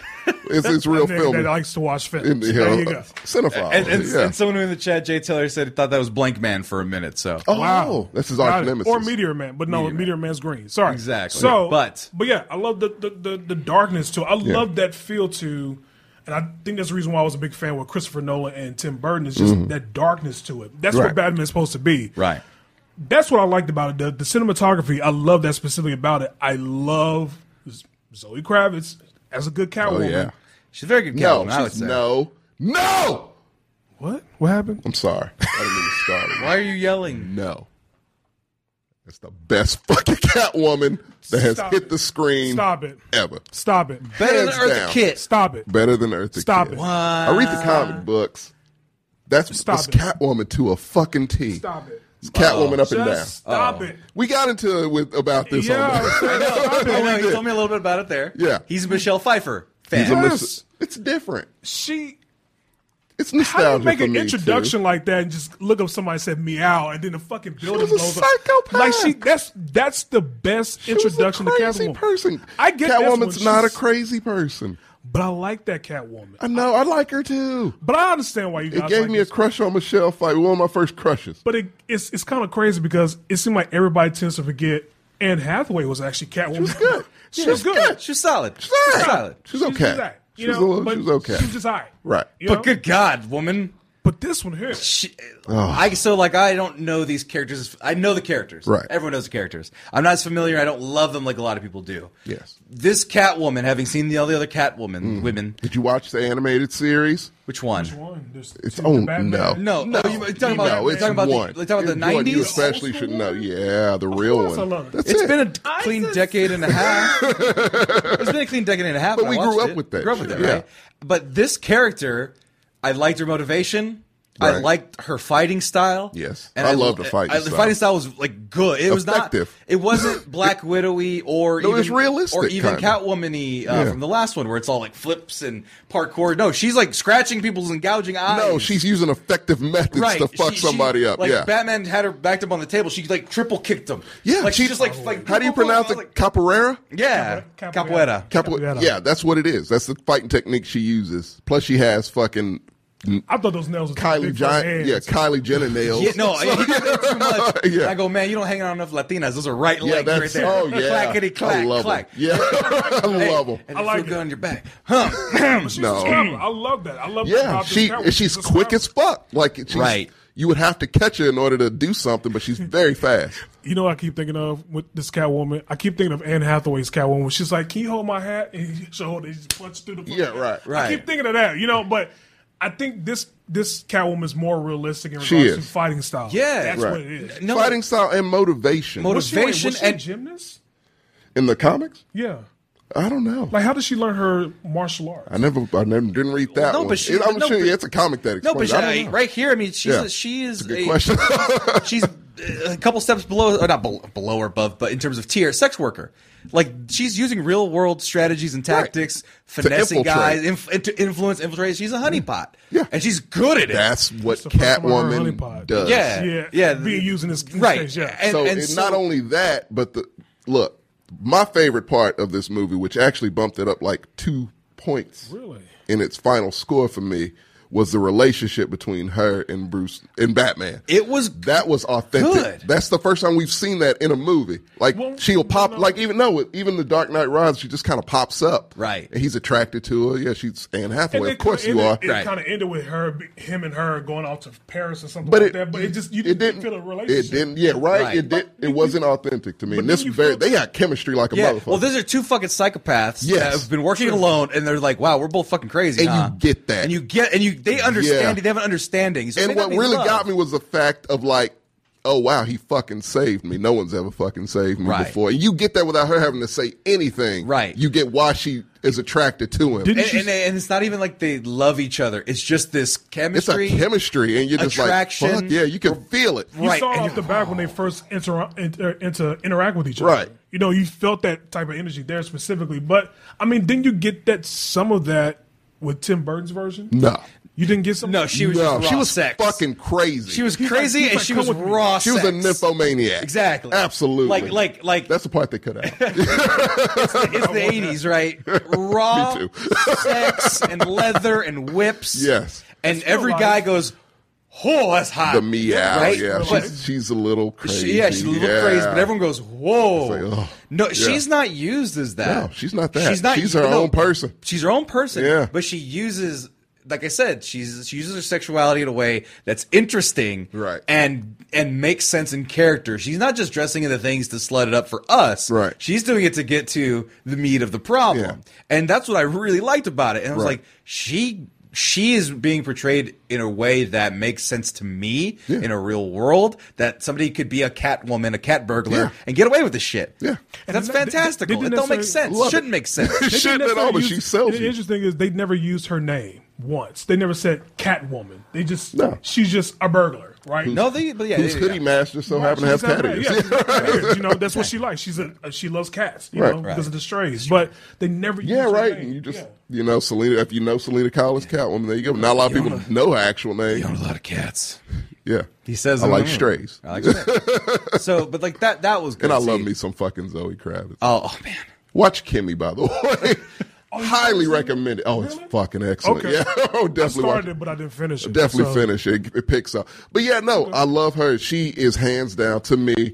Speaker 2: it's it's real
Speaker 4: That nigga
Speaker 2: film.
Speaker 4: That likes to watch films.
Speaker 2: in the,
Speaker 4: there
Speaker 2: yeah,
Speaker 4: you go.
Speaker 2: cinephile.
Speaker 1: And, and,
Speaker 2: yeah.
Speaker 1: and someone in the chat, Jay Taylor, said he thought that was Blank Man for a minute. So
Speaker 2: oh,
Speaker 4: Wow.
Speaker 2: this is
Speaker 4: Got
Speaker 2: arch
Speaker 4: it.
Speaker 2: nemesis.
Speaker 4: Or Meteor Man, but no, Meteor, Man's green. Sorry.
Speaker 1: Exactly.
Speaker 4: So,
Speaker 1: But-
Speaker 4: but yeah, I love the the, the, the darkness too. I love that feel too, and I think that's the reason why I was a big fan with Christopher Nolan and Tim Burton is just that darkness to it. That's
Speaker 2: Mm-hmm. Right.
Speaker 4: what Batman's supposed to be.
Speaker 1: right,
Speaker 4: That's what I liked about it. The, the cinematography, I love that specifically about it. I love Z- Zoe Kravitz as a good
Speaker 2: Oh
Speaker 4: Catwoman.
Speaker 2: yeah.
Speaker 1: she's a very good
Speaker 2: No,
Speaker 1: Catwoman. I would
Speaker 2: she's-
Speaker 1: say.
Speaker 2: no, no.
Speaker 4: What? What happened?
Speaker 2: I'm sorry. I didn't mean to start. it.
Speaker 1: Why are you yelling?
Speaker 2: No. That's the best fucking Catwoman that has
Speaker 4: Stop
Speaker 2: hit
Speaker 4: it.
Speaker 2: the screen
Speaker 4: Stop it.
Speaker 2: ever.
Speaker 4: Stop it.
Speaker 1: Better than
Speaker 2: Hands
Speaker 1: Earth
Speaker 2: down.
Speaker 1: Kit.
Speaker 4: Stop it.
Speaker 2: Better than Earth.
Speaker 4: Stop it.
Speaker 2: I read the comic books. That's,
Speaker 4: Stop
Speaker 2: that's
Speaker 4: it.
Speaker 2: Catwoman to a fucking T.
Speaker 4: Stop it.
Speaker 2: It's Catwoman up and down.
Speaker 4: Just stop it.
Speaker 2: We got into it with about this.
Speaker 4: Yeah,
Speaker 2: on the-
Speaker 4: I know. Stop
Speaker 1: I
Speaker 4: it.
Speaker 1: know, you told me a little bit about it there.
Speaker 2: Yeah.
Speaker 1: He's a Michelle Pfeiffer fan.
Speaker 2: He's a
Speaker 4: Yes.
Speaker 2: mis- it's different.
Speaker 4: She
Speaker 2: It's
Speaker 4: How do
Speaker 2: nostalgia
Speaker 4: you make
Speaker 2: for
Speaker 4: an
Speaker 2: me,
Speaker 4: introduction like that and just look up somebody said meow and then the fucking building
Speaker 2: was a
Speaker 4: blows up?
Speaker 2: psychopath.
Speaker 4: Like she, that's that's the best
Speaker 2: too. She was a
Speaker 4: introduction to
Speaker 2: crazy
Speaker 4: Catwoman.
Speaker 2: person.
Speaker 4: I get that's when
Speaker 2: Catwoman's not a
Speaker 4: she's-
Speaker 2: crazy person.
Speaker 4: but I like that Catwoman.
Speaker 2: I know. I like her too.
Speaker 4: But I understand why you guys
Speaker 2: It gave
Speaker 4: like
Speaker 2: me a
Speaker 4: this.
Speaker 2: crush on Michelle Fight. One of my first crushes.
Speaker 4: But it, it's it's kind of crazy because it seemed like everybody tends to forget Anne Hathaway was actually Catwoman. She
Speaker 2: was good.
Speaker 4: she
Speaker 2: Yeah,
Speaker 4: was
Speaker 2: she was
Speaker 4: good.
Speaker 2: good.
Speaker 1: She's solid. She's
Speaker 2: all right.
Speaker 1: solid.
Speaker 2: She's
Speaker 4: She was
Speaker 2: okay.
Speaker 4: just all right,
Speaker 2: She
Speaker 4: you
Speaker 2: was
Speaker 4: know,
Speaker 2: a little-
Speaker 4: but
Speaker 2: she was okay.
Speaker 4: She was just all right.
Speaker 2: Right.
Speaker 4: You
Speaker 1: But
Speaker 4: know?
Speaker 1: good God, woman.
Speaker 4: But this one here,
Speaker 1: Sh I so like I don't know these characters. I know the characters.
Speaker 2: Right.
Speaker 1: Everyone knows the characters. I'm not as familiar. I don't love them like a lot of people do.
Speaker 2: Yes. Mm.
Speaker 1: This Catwoman, having seen the all the other Catwoman women,
Speaker 2: Did you watch the animated series?
Speaker 1: which one?
Speaker 4: one, there's
Speaker 2: It's
Speaker 4: two,
Speaker 2: oh
Speaker 4: the Batman.
Speaker 2: no,
Speaker 1: No, oh, you- you're talking about-
Speaker 2: no,
Speaker 1: you're
Speaker 2: it's
Speaker 1: talking about the-
Speaker 2: one.
Speaker 1: you're talking about the
Speaker 2: It's one You
Speaker 1: 90s?
Speaker 2: especially should know. Yeah, the real
Speaker 4: course I
Speaker 2: one.
Speaker 4: love it.
Speaker 2: That's
Speaker 1: It's
Speaker 2: it.
Speaker 1: been a clean
Speaker 4: just-
Speaker 1: decade and a half. it's been a clean decade and a half.
Speaker 2: But
Speaker 1: when
Speaker 2: we
Speaker 1: I
Speaker 2: grew
Speaker 1: watched
Speaker 2: up
Speaker 1: it.
Speaker 2: with that
Speaker 1: Grew up with
Speaker 2: shit,
Speaker 1: it,
Speaker 2: yeah.
Speaker 1: right? But this character, I liked her motivation. I
Speaker 2: Right.
Speaker 1: liked her fighting style.
Speaker 2: Yes. I loved the fighting
Speaker 1: I- The
Speaker 2: style.
Speaker 1: fighting style was like good. It was
Speaker 2: Effective.
Speaker 1: not. It wasn't Black Widowy or
Speaker 2: No,
Speaker 1: even
Speaker 2: it's realistic,
Speaker 1: or even
Speaker 2: kinda.
Speaker 1: Catwoman-y uh,
Speaker 2: Yeah.
Speaker 1: from the last one, where it's all like flips and parkour. No, she's like scratching people's and gouging eyes.
Speaker 2: no, she's using effective methods
Speaker 1: Right.
Speaker 2: to fuck
Speaker 1: She- she-
Speaker 2: somebody up.
Speaker 1: Like
Speaker 2: yeah,
Speaker 1: Batman had her backed up on the table. She like triple kicked him.
Speaker 2: yeah.
Speaker 1: Like she
Speaker 2: she's-
Speaker 1: just like like
Speaker 2: how do you
Speaker 1: boom, boom, boom.
Speaker 2: pronounce
Speaker 1: I was
Speaker 2: it?
Speaker 1: like,
Speaker 2: Capoeira.
Speaker 1: yeah,
Speaker 4: Capoeira.
Speaker 1: capoeira.
Speaker 2: Capoeira.
Speaker 4: Capoeira.
Speaker 2: Yeah, that's what it is. That's the fighting technique she uses. Plus, she has fucking
Speaker 4: I thought those nails were
Speaker 2: Kylie
Speaker 4: big for her
Speaker 2: Jenner.
Speaker 4: hands.
Speaker 2: Yeah, Kylie Jenner nails.
Speaker 1: Yeah, no, he did that too much.
Speaker 2: Yeah.
Speaker 1: I go, man, you don't hang out enough Latinas. Those are right
Speaker 2: yeah,
Speaker 1: legs right
Speaker 2: that's
Speaker 1: there.
Speaker 2: oh yeah,
Speaker 1: clackety clack,
Speaker 2: I love 'em.
Speaker 1: clack.
Speaker 2: Yeah, I love 'em.
Speaker 1: And
Speaker 4: I
Speaker 1: I
Speaker 4: like
Speaker 1: feel good
Speaker 4: it.
Speaker 1: on your back, huh?
Speaker 4: She's
Speaker 2: No.
Speaker 4: a scrambler. I love that. I love that
Speaker 2: Yeah,
Speaker 4: about this
Speaker 2: she
Speaker 4: character.
Speaker 2: she's
Speaker 4: a
Speaker 2: quick
Speaker 4: scrambler.
Speaker 2: as fuck. Like she's,
Speaker 1: Right.
Speaker 2: you would have to catch her in order to do something, but she's very fast.
Speaker 4: You know, what I keep thinking of with this Catwoman. I keep thinking of Anne Hathaway's Catwoman. She's like, "Can you hold my hat?" And she hold it. She punches through the. fucking-
Speaker 2: Yeah, right,
Speaker 1: right.
Speaker 4: I keep thinking of that. You know, but I think this this Catwoman is more realistic in
Speaker 2: She
Speaker 4: regards to
Speaker 2: is.
Speaker 4: fighting style.
Speaker 1: Yeah.
Speaker 4: that's
Speaker 2: Right.
Speaker 4: what it is.
Speaker 1: No,
Speaker 2: Fighting style and motivation
Speaker 1: Motiv-
Speaker 4: Was she, wait, was she
Speaker 1: Motivation
Speaker 4: a
Speaker 1: and-
Speaker 4: gymnast?
Speaker 2: in the comics.
Speaker 4: Yeah.
Speaker 2: I don't know.
Speaker 4: Like, how did she learn her martial
Speaker 2: I
Speaker 4: arts?
Speaker 2: never, I never didn't read that
Speaker 1: No,
Speaker 2: one.
Speaker 1: but she-
Speaker 2: It- I'm
Speaker 1: no,
Speaker 2: sure
Speaker 1: but-
Speaker 2: yeah, it's a comic that
Speaker 1: no,
Speaker 2: explains.
Speaker 1: but she,
Speaker 2: I don't know.
Speaker 1: right here, I mean, she's
Speaker 2: Yeah.
Speaker 1: a, she is
Speaker 2: Good question.
Speaker 1: she's uh, a couple steps below, or not below, below or above, but in terms of tier, sex worker. Like she's using real world strategies and tactics, finessing
Speaker 2: infiltrate. Mm-hmm.
Speaker 1: guys, inf- and to influence, infiltrate. She's a honeypot,
Speaker 2: Yeah.
Speaker 1: and she's good at it.
Speaker 2: That's what
Speaker 4: the first time I heard honey
Speaker 2: Catwoman
Speaker 4: pot.
Speaker 2: does.
Speaker 1: Yeah.
Speaker 4: Yeah,
Speaker 1: Yeah.
Speaker 4: Being used in this in this
Speaker 1: Right.
Speaker 4: case, yeah.
Speaker 1: And-
Speaker 2: so
Speaker 1: and
Speaker 2: it-
Speaker 1: so-
Speaker 2: not only that, but the look, my favorite part of this movie, which actually bumped it up like two points
Speaker 4: Really?
Speaker 2: in its final score for me, was the relationship between her and Bruce and Batman.
Speaker 1: It was
Speaker 2: that was authentic.
Speaker 1: Good.
Speaker 2: That's the first time we've seen that in a movie. Like
Speaker 4: Well,
Speaker 2: she'll pop,
Speaker 4: no.
Speaker 2: like even though even the Dark Knight Rises, she just kind of pops up.
Speaker 1: Right.
Speaker 2: And he's attracted to her. Yeah, she's Anne Hathaway. Of
Speaker 4: it
Speaker 2: course
Speaker 4: kinda
Speaker 2: you are.
Speaker 4: ended- It
Speaker 1: Right.
Speaker 4: kind of ended with her, be- him and her going off to Paris or something
Speaker 2: But
Speaker 4: like
Speaker 2: it,
Speaker 4: that. But it just you
Speaker 2: it
Speaker 4: didn't feel a relationship.
Speaker 2: It didn't. Yeah, right.
Speaker 1: Right.
Speaker 2: It did. It wasn't authentic to me. And
Speaker 4: then
Speaker 2: this
Speaker 4: you
Speaker 2: very,
Speaker 4: felt-
Speaker 2: they got chemistry like a
Speaker 1: Yeah.
Speaker 2: motherfucker.
Speaker 1: Well, these are two fucking psychopaths that
Speaker 2: Yes.
Speaker 1: have been working alone, and they're like, "Wow, we're both fucking crazy."
Speaker 2: And you
Speaker 1: huh?
Speaker 2: get that.
Speaker 1: and you get, and you they understand.
Speaker 2: Yeah.
Speaker 1: it. They have an understanding. So it
Speaker 2: and
Speaker 1: may not
Speaker 2: what
Speaker 1: be
Speaker 2: really
Speaker 1: love.
Speaker 2: got me was the fact of like, oh wow, he fucking saved me. No one's ever fucking saved me
Speaker 1: Right.
Speaker 2: before. And you get that without her having to say anything.
Speaker 1: Right.
Speaker 2: You get why she is attracted to him.
Speaker 4: Didn't
Speaker 1: and, and, and it's not even like they love each other. It's just this
Speaker 2: it's a
Speaker 1: chemistry.
Speaker 2: chemistry, and you're just
Speaker 1: attraction,
Speaker 2: like, fuck yeah, you can feel it.
Speaker 4: You
Speaker 1: Right,
Speaker 4: saw it
Speaker 1: and
Speaker 4: off
Speaker 1: you-
Speaker 4: the back when they first inter- inter- inter- interact with each other.
Speaker 2: Right.
Speaker 4: You know, you felt that type of energy there specifically. But I mean, didn't you get that some of that with Tim Burton's version?
Speaker 2: No,
Speaker 4: You didn't get some.
Speaker 1: No, she was
Speaker 2: no,
Speaker 1: just raw
Speaker 2: she was
Speaker 1: sex.
Speaker 2: fucking crazy.
Speaker 1: She was
Speaker 4: He's like-
Speaker 1: crazy
Speaker 4: he's
Speaker 1: and
Speaker 4: like,
Speaker 1: she
Speaker 4: come
Speaker 1: was
Speaker 4: with me.
Speaker 1: raw.
Speaker 2: She was a
Speaker 1: sex.
Speaker 2: nymphomaniac.
Speaker 1: Exactly.
Speaker 2: Absolutely.
Speaker 1: Like- like- like-
Speaker 2: That's the part they cut out.
Speaker 1: It's the eighties, right? Raw
Speaker 2: Me
Speaker 1: sex and leather and whips.
Speaker 2: Yes.
Speaker 1: And every
Speaker 4: life.
Speaker 1: guy goes, "Whoa, that's hot."
Speaker 2: the meow.
Speaker 1: Right?
Speaker 2: Yeah,
Speaker 1: But-
Speaker 2: she's, she's a little crazy.
Speaker 1: She, yeah, she's a little
Speaker 2: yeah.
Speaker 1: crazy, but everyone goes, "Whoa!"
Speaker 2: It's like, ugh.
Speaker 1: no,
Speaker 2: Yeah.
Speaker 1: she's not used as that.
Speaker 2: No, she's not that. She's her own person.
Speaker 1: She's her own person.
Speaker 2: Yeah.
Speaker 1: but she uses, like I said, she's she uses her sexuality in a way that's interesting,
Speaker 2: Right.
Speaker 1: And and makes sense in character. She's not just dressing in the things to slut it up for us,
Speaker 2: Right.
Speaker 1: She's doing it to get to the meat of the problem, and that's what I really liked about it. And I was
Speaker 2: Right.
Speaker 1: like, she. She is being portrayed in a way that makes sense to me
Speaker 2: Yeah.
Speaker 1: in a real world that somebody could be a cat woman, a cat burglar,
Speaker 2: Yeah.
Speaker 1: and get away with this shit.
Speaker 2: Yeah.
Speaker 1: And that's
Speaker 4: And that-
Speaker 1: fantastical.
Speaker 4: they- they
Speaker 1: It
Speaker 4: didn't
Speaker 1: don't make
Speaker 4: necessarily-
Speaker 1: sense.
Speaker 2: Love it.
Speaker 1: Shouldn't make sense.
Speaker 4: They didn't
Speaker 2: Shit at all,
Speaker 4: necessarily
Speaker 2: but
Speaker 4: use-
Speaker 2: she sells
Speaker 4: The
Speaker 2: you.
Speaker 4: interesting is they never used her name once. They never said Catwoman. They just
Speaker 2: No.
Speaker 4: she's just a burglar, right?
Speaker 1: no, they, but yeah,
Speaker 2: Whose
Speaker 1: yeah,
Speaker 2: hoodie
Speaker 1: yeah.
Speaker 2: master so happened to have
Speaker 4: She's
Speaker 2: cat
Speaker 4: got-
Speaker 2: ears.
Speaker 4: yeah, she's got cat ears. You know, that's what she likes. She's a uh, she loves cats, you
Speaker 2: Right.
Speaker 4: know,
Speaker 1: Right.
Speaker 4: because of the strays. But they never
Speaker 2: Yeah,
Speaker 4: used her
Speaker 2: right.
Speaker 4: name.
Speaker 2: You just
Speaker 4: Yeah.
Speaker 2: you know Selena. If you know Selena Collins, Catwoman, there you go. Not a lot of people know her actual
Speaker 1: You
Speaker 2: name.
Speaker 1: own a lot of cats.
Speaker 2: Yeah,
Speaker 1: He says,
Speaker 2: I
Speaker 1: in the
Speaker 2: like
Speaker 1: movie.
Speaker 2: strays,
Speaker 1: I like strays. so, but like that, that was good.
Speaker 2: and I
Speaker 1: to
Speaker 2: love
Speaker 1: see.
Speaker 2: me some fucking Zoe Kravitz.
Speaker 1: Oh, oh, man.
Speaker 2: Watch Kimmy, by the way. Highly recommend it. Oh, it's
Speaker 4: Really?
Speaker 2: fucking excellent.
Speaker 4: Okay.
Speaker 2: Yeah, oh,
Speaker 4: I
Speaker 2: definitely watch
Speaker 4: started
Speaker 2: it.
Speaker 4: it, but I didn't finish it.
Speaker 2: definitely
Speaker 4: so-
Speaker 2: finish it. It picks up. But yeah, no, I love her. She is hands down to me.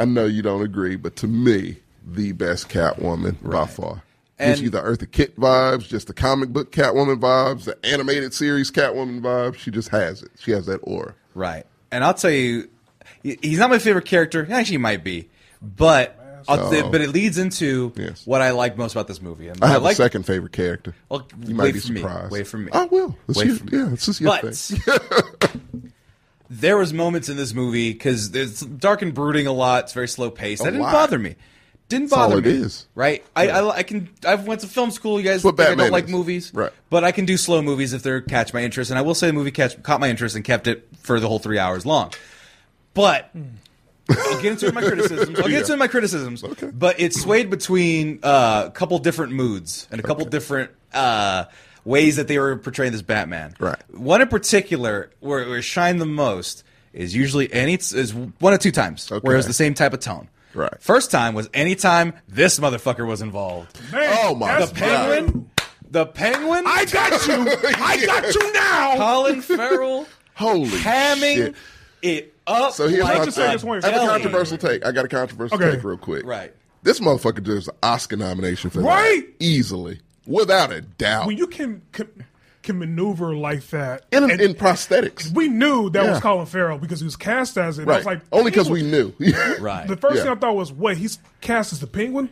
Speaker 2: I know you don't agree, but to me, the best Catwoman by far. Gives
Speaker 1: And-
Speaker 2: you the Eartha Kitt vibes, just the comic book Catwoman vibes, the animated series Catwoman vibes. She just has it. She has that aura.
Speaker 1: Right. And I'll tell you, he- he's not my favorite character. Actually, he might be. But I'll say-
Speaker 2: Oh.
Speaker 1: but it leads into
Speaker 2: Yes.
Speaker 1: what I like most about this movie. And
Speaker 2: I have
Speaker 1: like,
Speaker 2: a second favorite character.
Speaker 1: Well,
Speaker 2: you
Speaker 1: wait
Speaker 2: might be
Speaker 1: for me.
Speaker 2: surprised.
Speaker 1: Wait for me.
Speaker 2: I will. It's
Speaker 1: Wait
Speaker 2: your-
Speaker 1: for me.
Speaker 2: yeah, it's just your
Speaker 1: But
Speaker 2: thing.
Speaker 1: there was moments in this movie because it's dark and brooding a lot. It's very slow paced. That didn't
Speaker 2: lot.
Speaker 1: bother me. Didn't
Speaker 2: all
Speaker 1: bother
Speaker 2: it
Speaker 1: me.
Speaker 2: is.
Speaker 1: Right. I, I I can. I've went to film school. You guys
Speaker 2: what
Speaker 1: think I don't
Speaker 2: Batman
Speaker 1: like
Speaker 2: is.
Speaker 1: movies.
Speaker 2: Right.
Speaker 1: But I can do slow movies if they are catch my interest. And I will say the movie catch caught my interest and kept it for the whole three hours long. But I'll get into my criticisms. I'll get into my criticisms. But it's swayed between uh, a couple different moods and a couple different uh, ways that they were portraying this Batman.
Speaker 2: Right.
Speaker 1: One in particular where, where it shined the most is usually any is one or two times where it was
Speaker 2: Okay.
Speaker 1: the same type of tone.
Speaker 2: Right.
Speaker 1: First time was any time this motherfucker was involved.
Speaker 4: Man,
Speaker 2: Oh, my
Speaker 4: that's
Speaker 1: The penguin.
Speaker 4: true.
Speaker 1: The penguin.
Speaker 3: I got you. I got you now.
Speaker 1: Colin Farrell.
Speaker 2: Holy
Speaker 1: hamming
Speaker 2: shit.
Speaker 1: it up.
Speaker 2: So here's
Speaker 1: like
Speaker 2: my
Speaker 1: a
Speaker 4: just say this
Speaker 2: take.
Speaker 4: one.
Speaker 2: I have
Speaker 1: jelly.
Speaker 2: a controversial take. I got a controversial
Speaker 4: Okay.
Speaker 2: take real quick.
Speaker 1: Right.
Speaker 2: This motherfucker deserves an Oscar nomination for
Speaker 4: Right?
Speaker 2: that. Easily. Without a doubt.
Speaker 4: When you can, can can maneuver like that,
Speaker 2: in,
Speaker 4: and
Speaker 2: in prosthetics.
Speaker 4: we knew that was
Speaker 2: Yeah.
Speaker 4: Colin Farrell because he was cast as it. I
Speaker 2: Right.
Speaker 4: was like,
Speaker 2: Only because we
Speaker 4: Penguin.
Speaker 2: knew.
Speaker 1: Right.
Speaker 4: The first
Speaker 2: Yeah.
Speaker 4: thing I thought was, wait, he's cast as the penguin?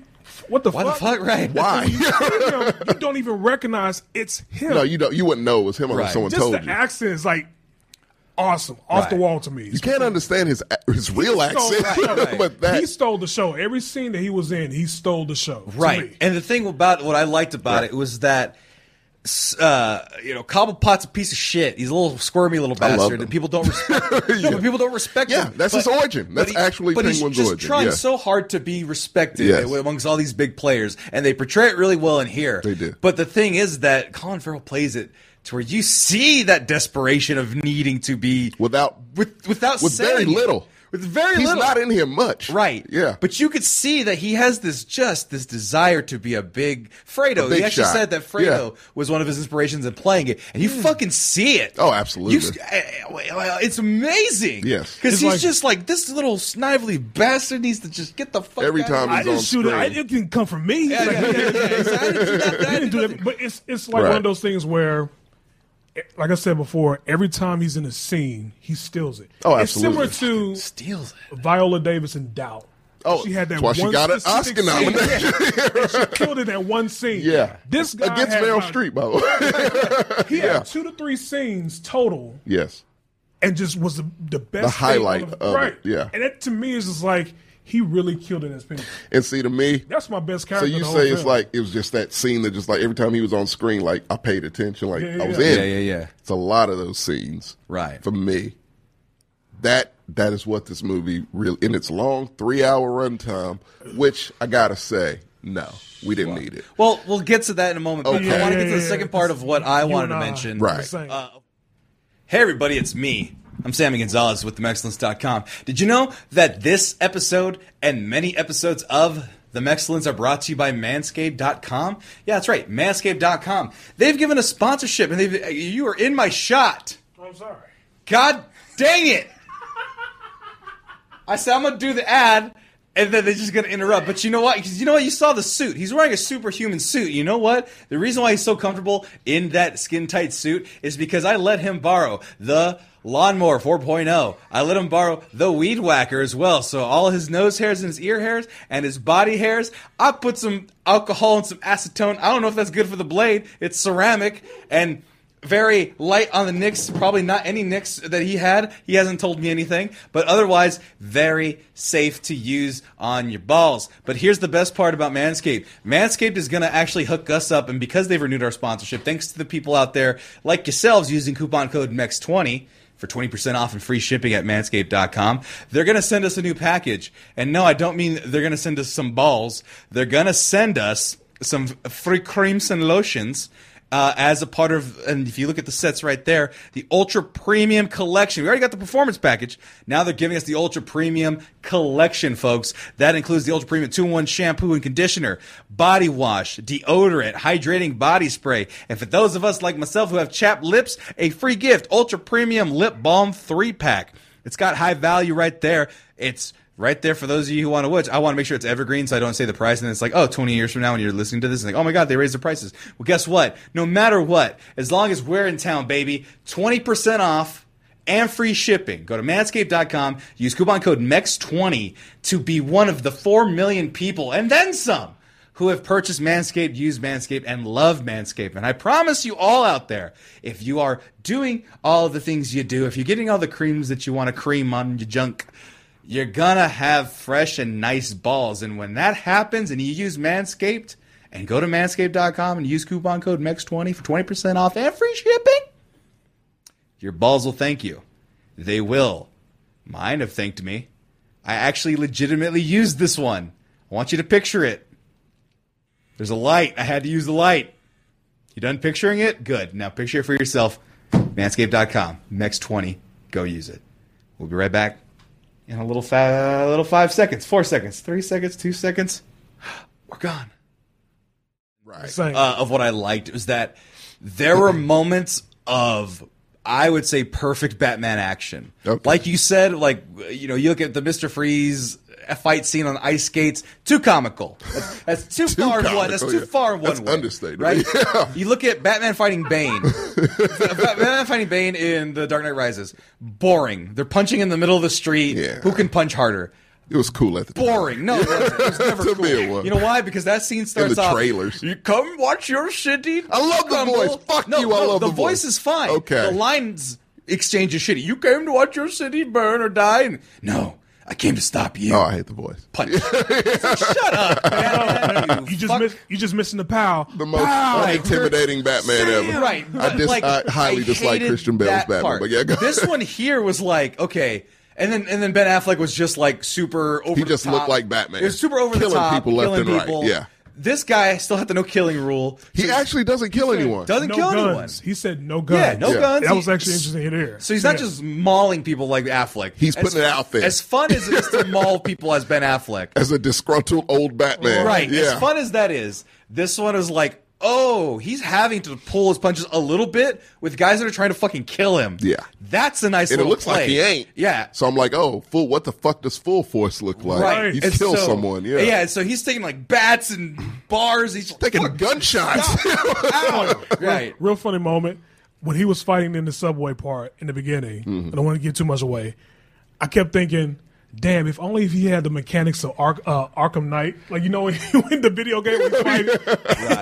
Speaker 4: What the
Speaker 1: Why the
Speaker 4: fuck?
Speaker 1: fuck? Right.
Speaker 2: Why?
Speaker 4: you, know, you don't even recognize it's him.
Speaker 2: no, you don't. You wouldn't know it was him unless
Speaker 1: Right.
Speaker 2: someone
Speaker 4: Just
Speaker 2: told
Speaker 4: the
Speaker 2: you.
Speaker 4: accent is like awesome, off the
Speaker 1: Right.
Speaker 4: wall to me.
Speaker 2: you can't understand his a- his real
Speaker 4: stole-
Speaker 2: accent,
Speaker 4: right.
Speaker 2: but that
Speaker 4: he stole the show. Every scene that he was in, he stole the show. to
Speaker 1: Right.
Speaker 4: me.
Speaker 1: And the thing about what I liked about it was that. s- Uh, you know, Cobblepot's a piece of shit. He's a little squirmy little
Speaker 2: I love
Speaker 1: bastard
Speaker 2: him.
Speaker 1: that people don't respect. No, but people don't respect
Speaker 2: Yeah,
Speaker 1: him.
Speaker 2: that's his
Speaker 1: But-
Speaker 2: origin. That's
Speaker 1: but
Speaker 2: actually
Speaker 1: but he's
Speaker 2: Penguin's
Speaker 1: just
Speaker 2: origin,
Speaker 1: trying
Speaker 2: yeah.
Speaker 1: so hard to be respected
Speaker 2: Yes.
Speaker 1: amongst all these big players, and they portray it really well in here.
Speaker 2: They do.
Speaker 1: But the thing is that Colin Farrell plays it to where you see that desperation of needing to be
Speaker 2: without
Speaker 1: with without
Speaker 2: with very
Speaker 1: saying it.
Speaker 2: little.
Speaker 1: with very
Speaker 2: He's
Speaker 1: little
Speaker 2: not in here much.
Speaker 1: Right.
Speaker 2: Yeah.
Speaker 1: But you could see that he has this just this desire to be a big Fredo.
Speaker 2: A big
Speaker 1: he actually
Speaker 2: shot.
Speaker 1: said that Fredo
Speaker 2: Yeah. Hmm.
Speaker 1: was one of his inspirations in playing it, and you fucking see it.
Speaker 2: Oh, absolutely.
Speaker 1: You s- eh, well, it's amazing.
Speaker 2: Yes.
Speaker 1: Because
Speaker 4: It's
Speaker 1: he's
Speaker 4: like-
Speaker 1: just like this little snively bastard needs to just get the fuck
Speaker 2: Every
Speaker 1: out
Speaker 2: time
Speaker 1: Of
Speaker 4: I
Speaker 2: he's
Speaker 4: didn't
Speaker 2: on
Speaker 4: shoot it. I,
Speaker 2: screen.
Speaker 4: it didn't come from me.
Speaker 1: yeah,
Speaker 4: Like,
Speaker 1: yeah, yeah, yeah, yeah. So I didn't do that. I
Speaker 4: I
Speaker 1: didn't
Speaker 4: didn't do that. But it's it's like one
Speaker 2: Right.
Speaker 4: of those things where, eh, like I said before, every time he's in a scene, he steals it.
Speaker 2: Oh,
Speaker 4: It's similar to
Speaker 1: Steals it.
Speaker 4: Viola Davis in Doubt.
Speaker 2: Oh,
Speaker 4: she had that
Speaker 2: that's why she
Speaker 4: one
Speaker 2: got an
Speaker 4: specific
Speaker 2: Oscar
Speaker 4: scene.
Speaker 2: nomination.
Speaker 4: And she killed it at one scene.
Speaker 2: yeah.
Speaker 4: this guy
Speaker 2: against
Speaker 4: had
Speaker 2: Meryl
Speaker 4: about-
Speaker 2: Streep, by the way.
Speaker 4: He had two to three scenes total,
Speaker 2: yes.
Speaker 4: and just was the, the best
Speaker 2: The
Speaker 4: thing
Speaker 2: highlight
Speaker 4: on the-
Speaker 2: of it,
Speaker 4: right.
Speaker 2: yeah.
Speaker 4: and that to me is just like he really killed it as Penguin.
Speaker 2: And see, to me,
Speaker 4: That's my best
Speaker 2: so
Speaker 4: character. in
Speaker 2: you
Speaker 4: the whole
Speaker 2: say it's
Speaker 4: film.
Speaker 2: like it was just that scene that just like every time he was on screen, like I paid attention, like
Speaker 4: Yeah, yeah,
Speaker 2: I was
Speaker 4: yeah.
Speaker 2: in.
Speaker 1: Yeah,
Speaker 2: it.
Speaker 1: yeah, yeah.
Speaker 2: It's a lot of those scenes,
Speaker 1: Right.
Speaker 2: For me, that that is what this movie really in its long three hour runtime, which I gotta say, no, we didn't need it.
Speaker 1: Well, we'll get to that in a moment. But
Speaker 2: Okay.
Speaker 1: I want to
Speaker 4: Yeah,
Speaker 1: get to the
Speaker 4: yeah,
Speaker 1: second
Speaker 4: yeah.
Speaker 1: part of what I
Speaker 4: You
Speaker 1: wanted
Speaker 4: and
Speaker 1: to
Speaker 4: I
Speaker 1: mention. Uh,
Speaker 4: are the
Speaker 2: Right.
Speaker 4: same.
Speaker 1: Hey, everybody, it's me. I'm Sammy Gonzalez with TheMexcellence.com. Did you know that this episode and many episodes of The Mexcellence are brought to you by Manscaped.com? Yeah, that's right, Manscaped.com. They've given us sponsorship, and they've, you are in my shot.
Speaker 4: Oh, I'm sorry.
Speaker 1: God dang it! I said I'm gonna do the ad, and then they're just gonna interrupt. But you know what? Because you know what? You saw the suit. He's wearing a superhuman suit. You know what? The reason why he's so comfortable in that skin tight suit is because I let him borrow the lawnmower 4.0. I let him borrow the weed whacker as well. So all his nose hairs and his ear hairs and his body hairs, I put some alcohol and some acetone. I don't know if that's good for the blade. It's ceramic and very light on the Knicks. Probably not any Knicks that he had. He hasn't told me anything, but otherwise, very safe to use on your balls. But here's the best part about Manscaped Manscaped is going to actually hook us up, and because they've renewed our sponsorship, thanks to the people out there like yourselves using coupon code MEX20 for 20% off and free shipping at manscaped.com. They're going to send us a new package. And no, I don't mean they're going to send us some balls. They're going to send us some free creams and lotions uh, as a part of, and if you look at the sets right there, the Ultra Premium Collection. We already got the performance package. Now they're giving us the Ultra Premium Collection, folks. That includes the Ultra Premium 2 in 1 shampoo and conditioner, body wash, deodorant, hydrating body spray. And for those of us like myself who have chapped lips, a free gift Ultra Premium Lip Balm 3 pack. It's got high value right there. It's right there for those of you who want to watch. I want to make sure it's evergreen so I don't say the price and it's like, oh, 20 years from now when you're listening to this, it's like, oh my God, they raised the prices. Well, guess what? No matter what, as long as we're in town, baby, 20% off and free shipping. Go to manscaped.com, use coupon code MEX20 to be one of the 4 million people and then some who have purchased Manscaped, used Manscaped, and love Manscaped. And I promise you all out there, if you are doing all the things you do, if you're getting all the creams that you want to cream on your junk, you're gonna have fresh and nice balls. And when that happens and you use Manscaped and go to manscaped.com and use coupon code MEX20 for 20% off and free shipping, your balls will thank you. They will. Mine have thanked me. I actually legitimately used this one. I want you to picture it. There's a light. I had to use the light. You done picturing it? Good. Now picture it for yourself. Manscaped.com. Next 20. Go use it. We'll be right back in a little, fa- little five seconds, four seconds, three seconds, two seconds. We're gone.
Speaker 2: Right.
Speaker 4: Same.
Speaker 1: uh, of what I liked was that there were moments of I would say perfect Batman action.
Speaker 2: Okay.
Speaker 1: Like you said, like you know, you look at the Mister Freeze uh, fight scene on ice skates, too comical. That's, that's too, far one. That's
Speaker 2: comical,
Speaker 1: too far one.
Speaker 2: yeah. That's
Speaker 1: way,
Speaker 2: understated.
Speaker 1: right?
Speaker 2: Yeah.
Speaker 1: You look at Batman fighting Bane. Batman fighting Bane in the Dark Knight Rises. Boring. They're punching in the middle of the street.
Speaker 2: Yeah.
Speaker 1: Who can punch harder?
Speaker 2: It was cool at the time.
Speaker 1: boring. No, it wasn't. It was never
Speaker 2: To
Speaker 1: cool.
Speaker 2: me it was.
Speaker 1: You know why? Because that scene starts
Speaker 2: the
Speaker 1: off
Speaker 2: trailers.
Speaker 1: You come watch your city.
Speaker 2: I love the
Speaker 1: crumble."
Speaker 2: voice. Fuck
Speaker 1: no,
Speaker 2: you, I
Speaker 1: no,
Speaker 2: love
Speaker 1: the,
Speaker 2: the
Speaker 1: voice.
Speaker 2: voice.
Speaker 1: is fine.
Speaker 2: Okay.
Speaker 1: the lines exchange is shitty. You came to watch your city burn or die. And, no, I came to stop you.
Speaker 2: Oh, I hate the voice.
Speaker 1: Punch. Shut up. man.
Speaker 4: you just
Speaker 1: fuck.
Speaker 4: miss, you just missing the pow.
Speaker 2: The most intimidating Batman ever.
Speaker 1: Right.
Speaker 2: I,
Speaker 1: but,
Speaker 2: dis-
Speaker 1: like,
Speaker 2: I highly
Speaker 1: I
Speaker 2: dislike
Speaker 1: hated
Speaker 2: Christian Bale's
Speaker 1: that
Speaker 2: Batman.
Speaker 1: part.
Speaker 2: But yeah, go-
Speaker 1: this one here was like okay. And then and then Ben Affleck was just like super over.
Speaker 2: He
Speaker 1: the
Speaker 2: just
Speaker 1: top.
Speaker 2: looked like Batman.
Speaker 1: It was super over
Speaker 2: Killing
Speaker 1: the top,
Speaker 2: people left
Speaker 1: killing
Speaker 2: and right,
Speaker 1: people.
Speaker 2: yeah.
Speaker 1: This guy still had the no killing rule.
Speaker 2: he actually doesn't kill anyone.
Speaker 1: Doesn't
Speaker 4: no
Speaker 1: kill
Speaker 4: guns.
Speaker 1: anyone.
Speaker 4: He said no guns.
Speaker 1: Yeah, no
Speaker 2: Yeah.
Speaker 1: guns.
Speaker 4: That was
Speaker 1: He-
Speaker 4: actually interesting to hear.
Speaker 1: So he's not
Speaker 4: Yeah.
Speaker 1: just mauling people like Affleck.
Speaker 2: He's putting it out there.
Speaker 1: As fun as it is to maul people as Ben Affleck,
Speaker 2: As a disgruntled old Batman.
Speaker 1: Right.
Speaker 2: Yeah.
Speaker 1: As fun as that is, this one is like, oh, he's having to pull his punches a little bit with guys that are trying to fucking kill him.
Speaker 2: Yeah.
Speaker 1: That's a nice
Speaker 2: and it
Speaker 1: little
Speaker 2: looks
Speaker 1: play.
Speaker 2: like he ain't.
Speaker 1: Yeah.
Speaker 2: So I'm like, oh, full. What the fuck does full force look like?
Speaker 1: Right.
Speaker 2: You
Speaker 1: And
Speaker 2: kill
Speaker 1: so-
Speaker 2: someone. Yeah.
Speaker 1: Yeah. So he's taking like bats and bars. He's like,
Speaker 2: Taking
Speaker 1: "Fuck,
Speaker 2: gunshots.
Speaker 1: ow." right.
Speaker 4: real funny moment when he was fighting in the subway part in the beginning.
Speaker 1: Mm-hmm.
Speaker 4: I don't want to give too much away. I kept thinking, damn, if only if he had the mechanics of Ark, uh, Arkham Knight, like you know, in the video game, when he's fighting.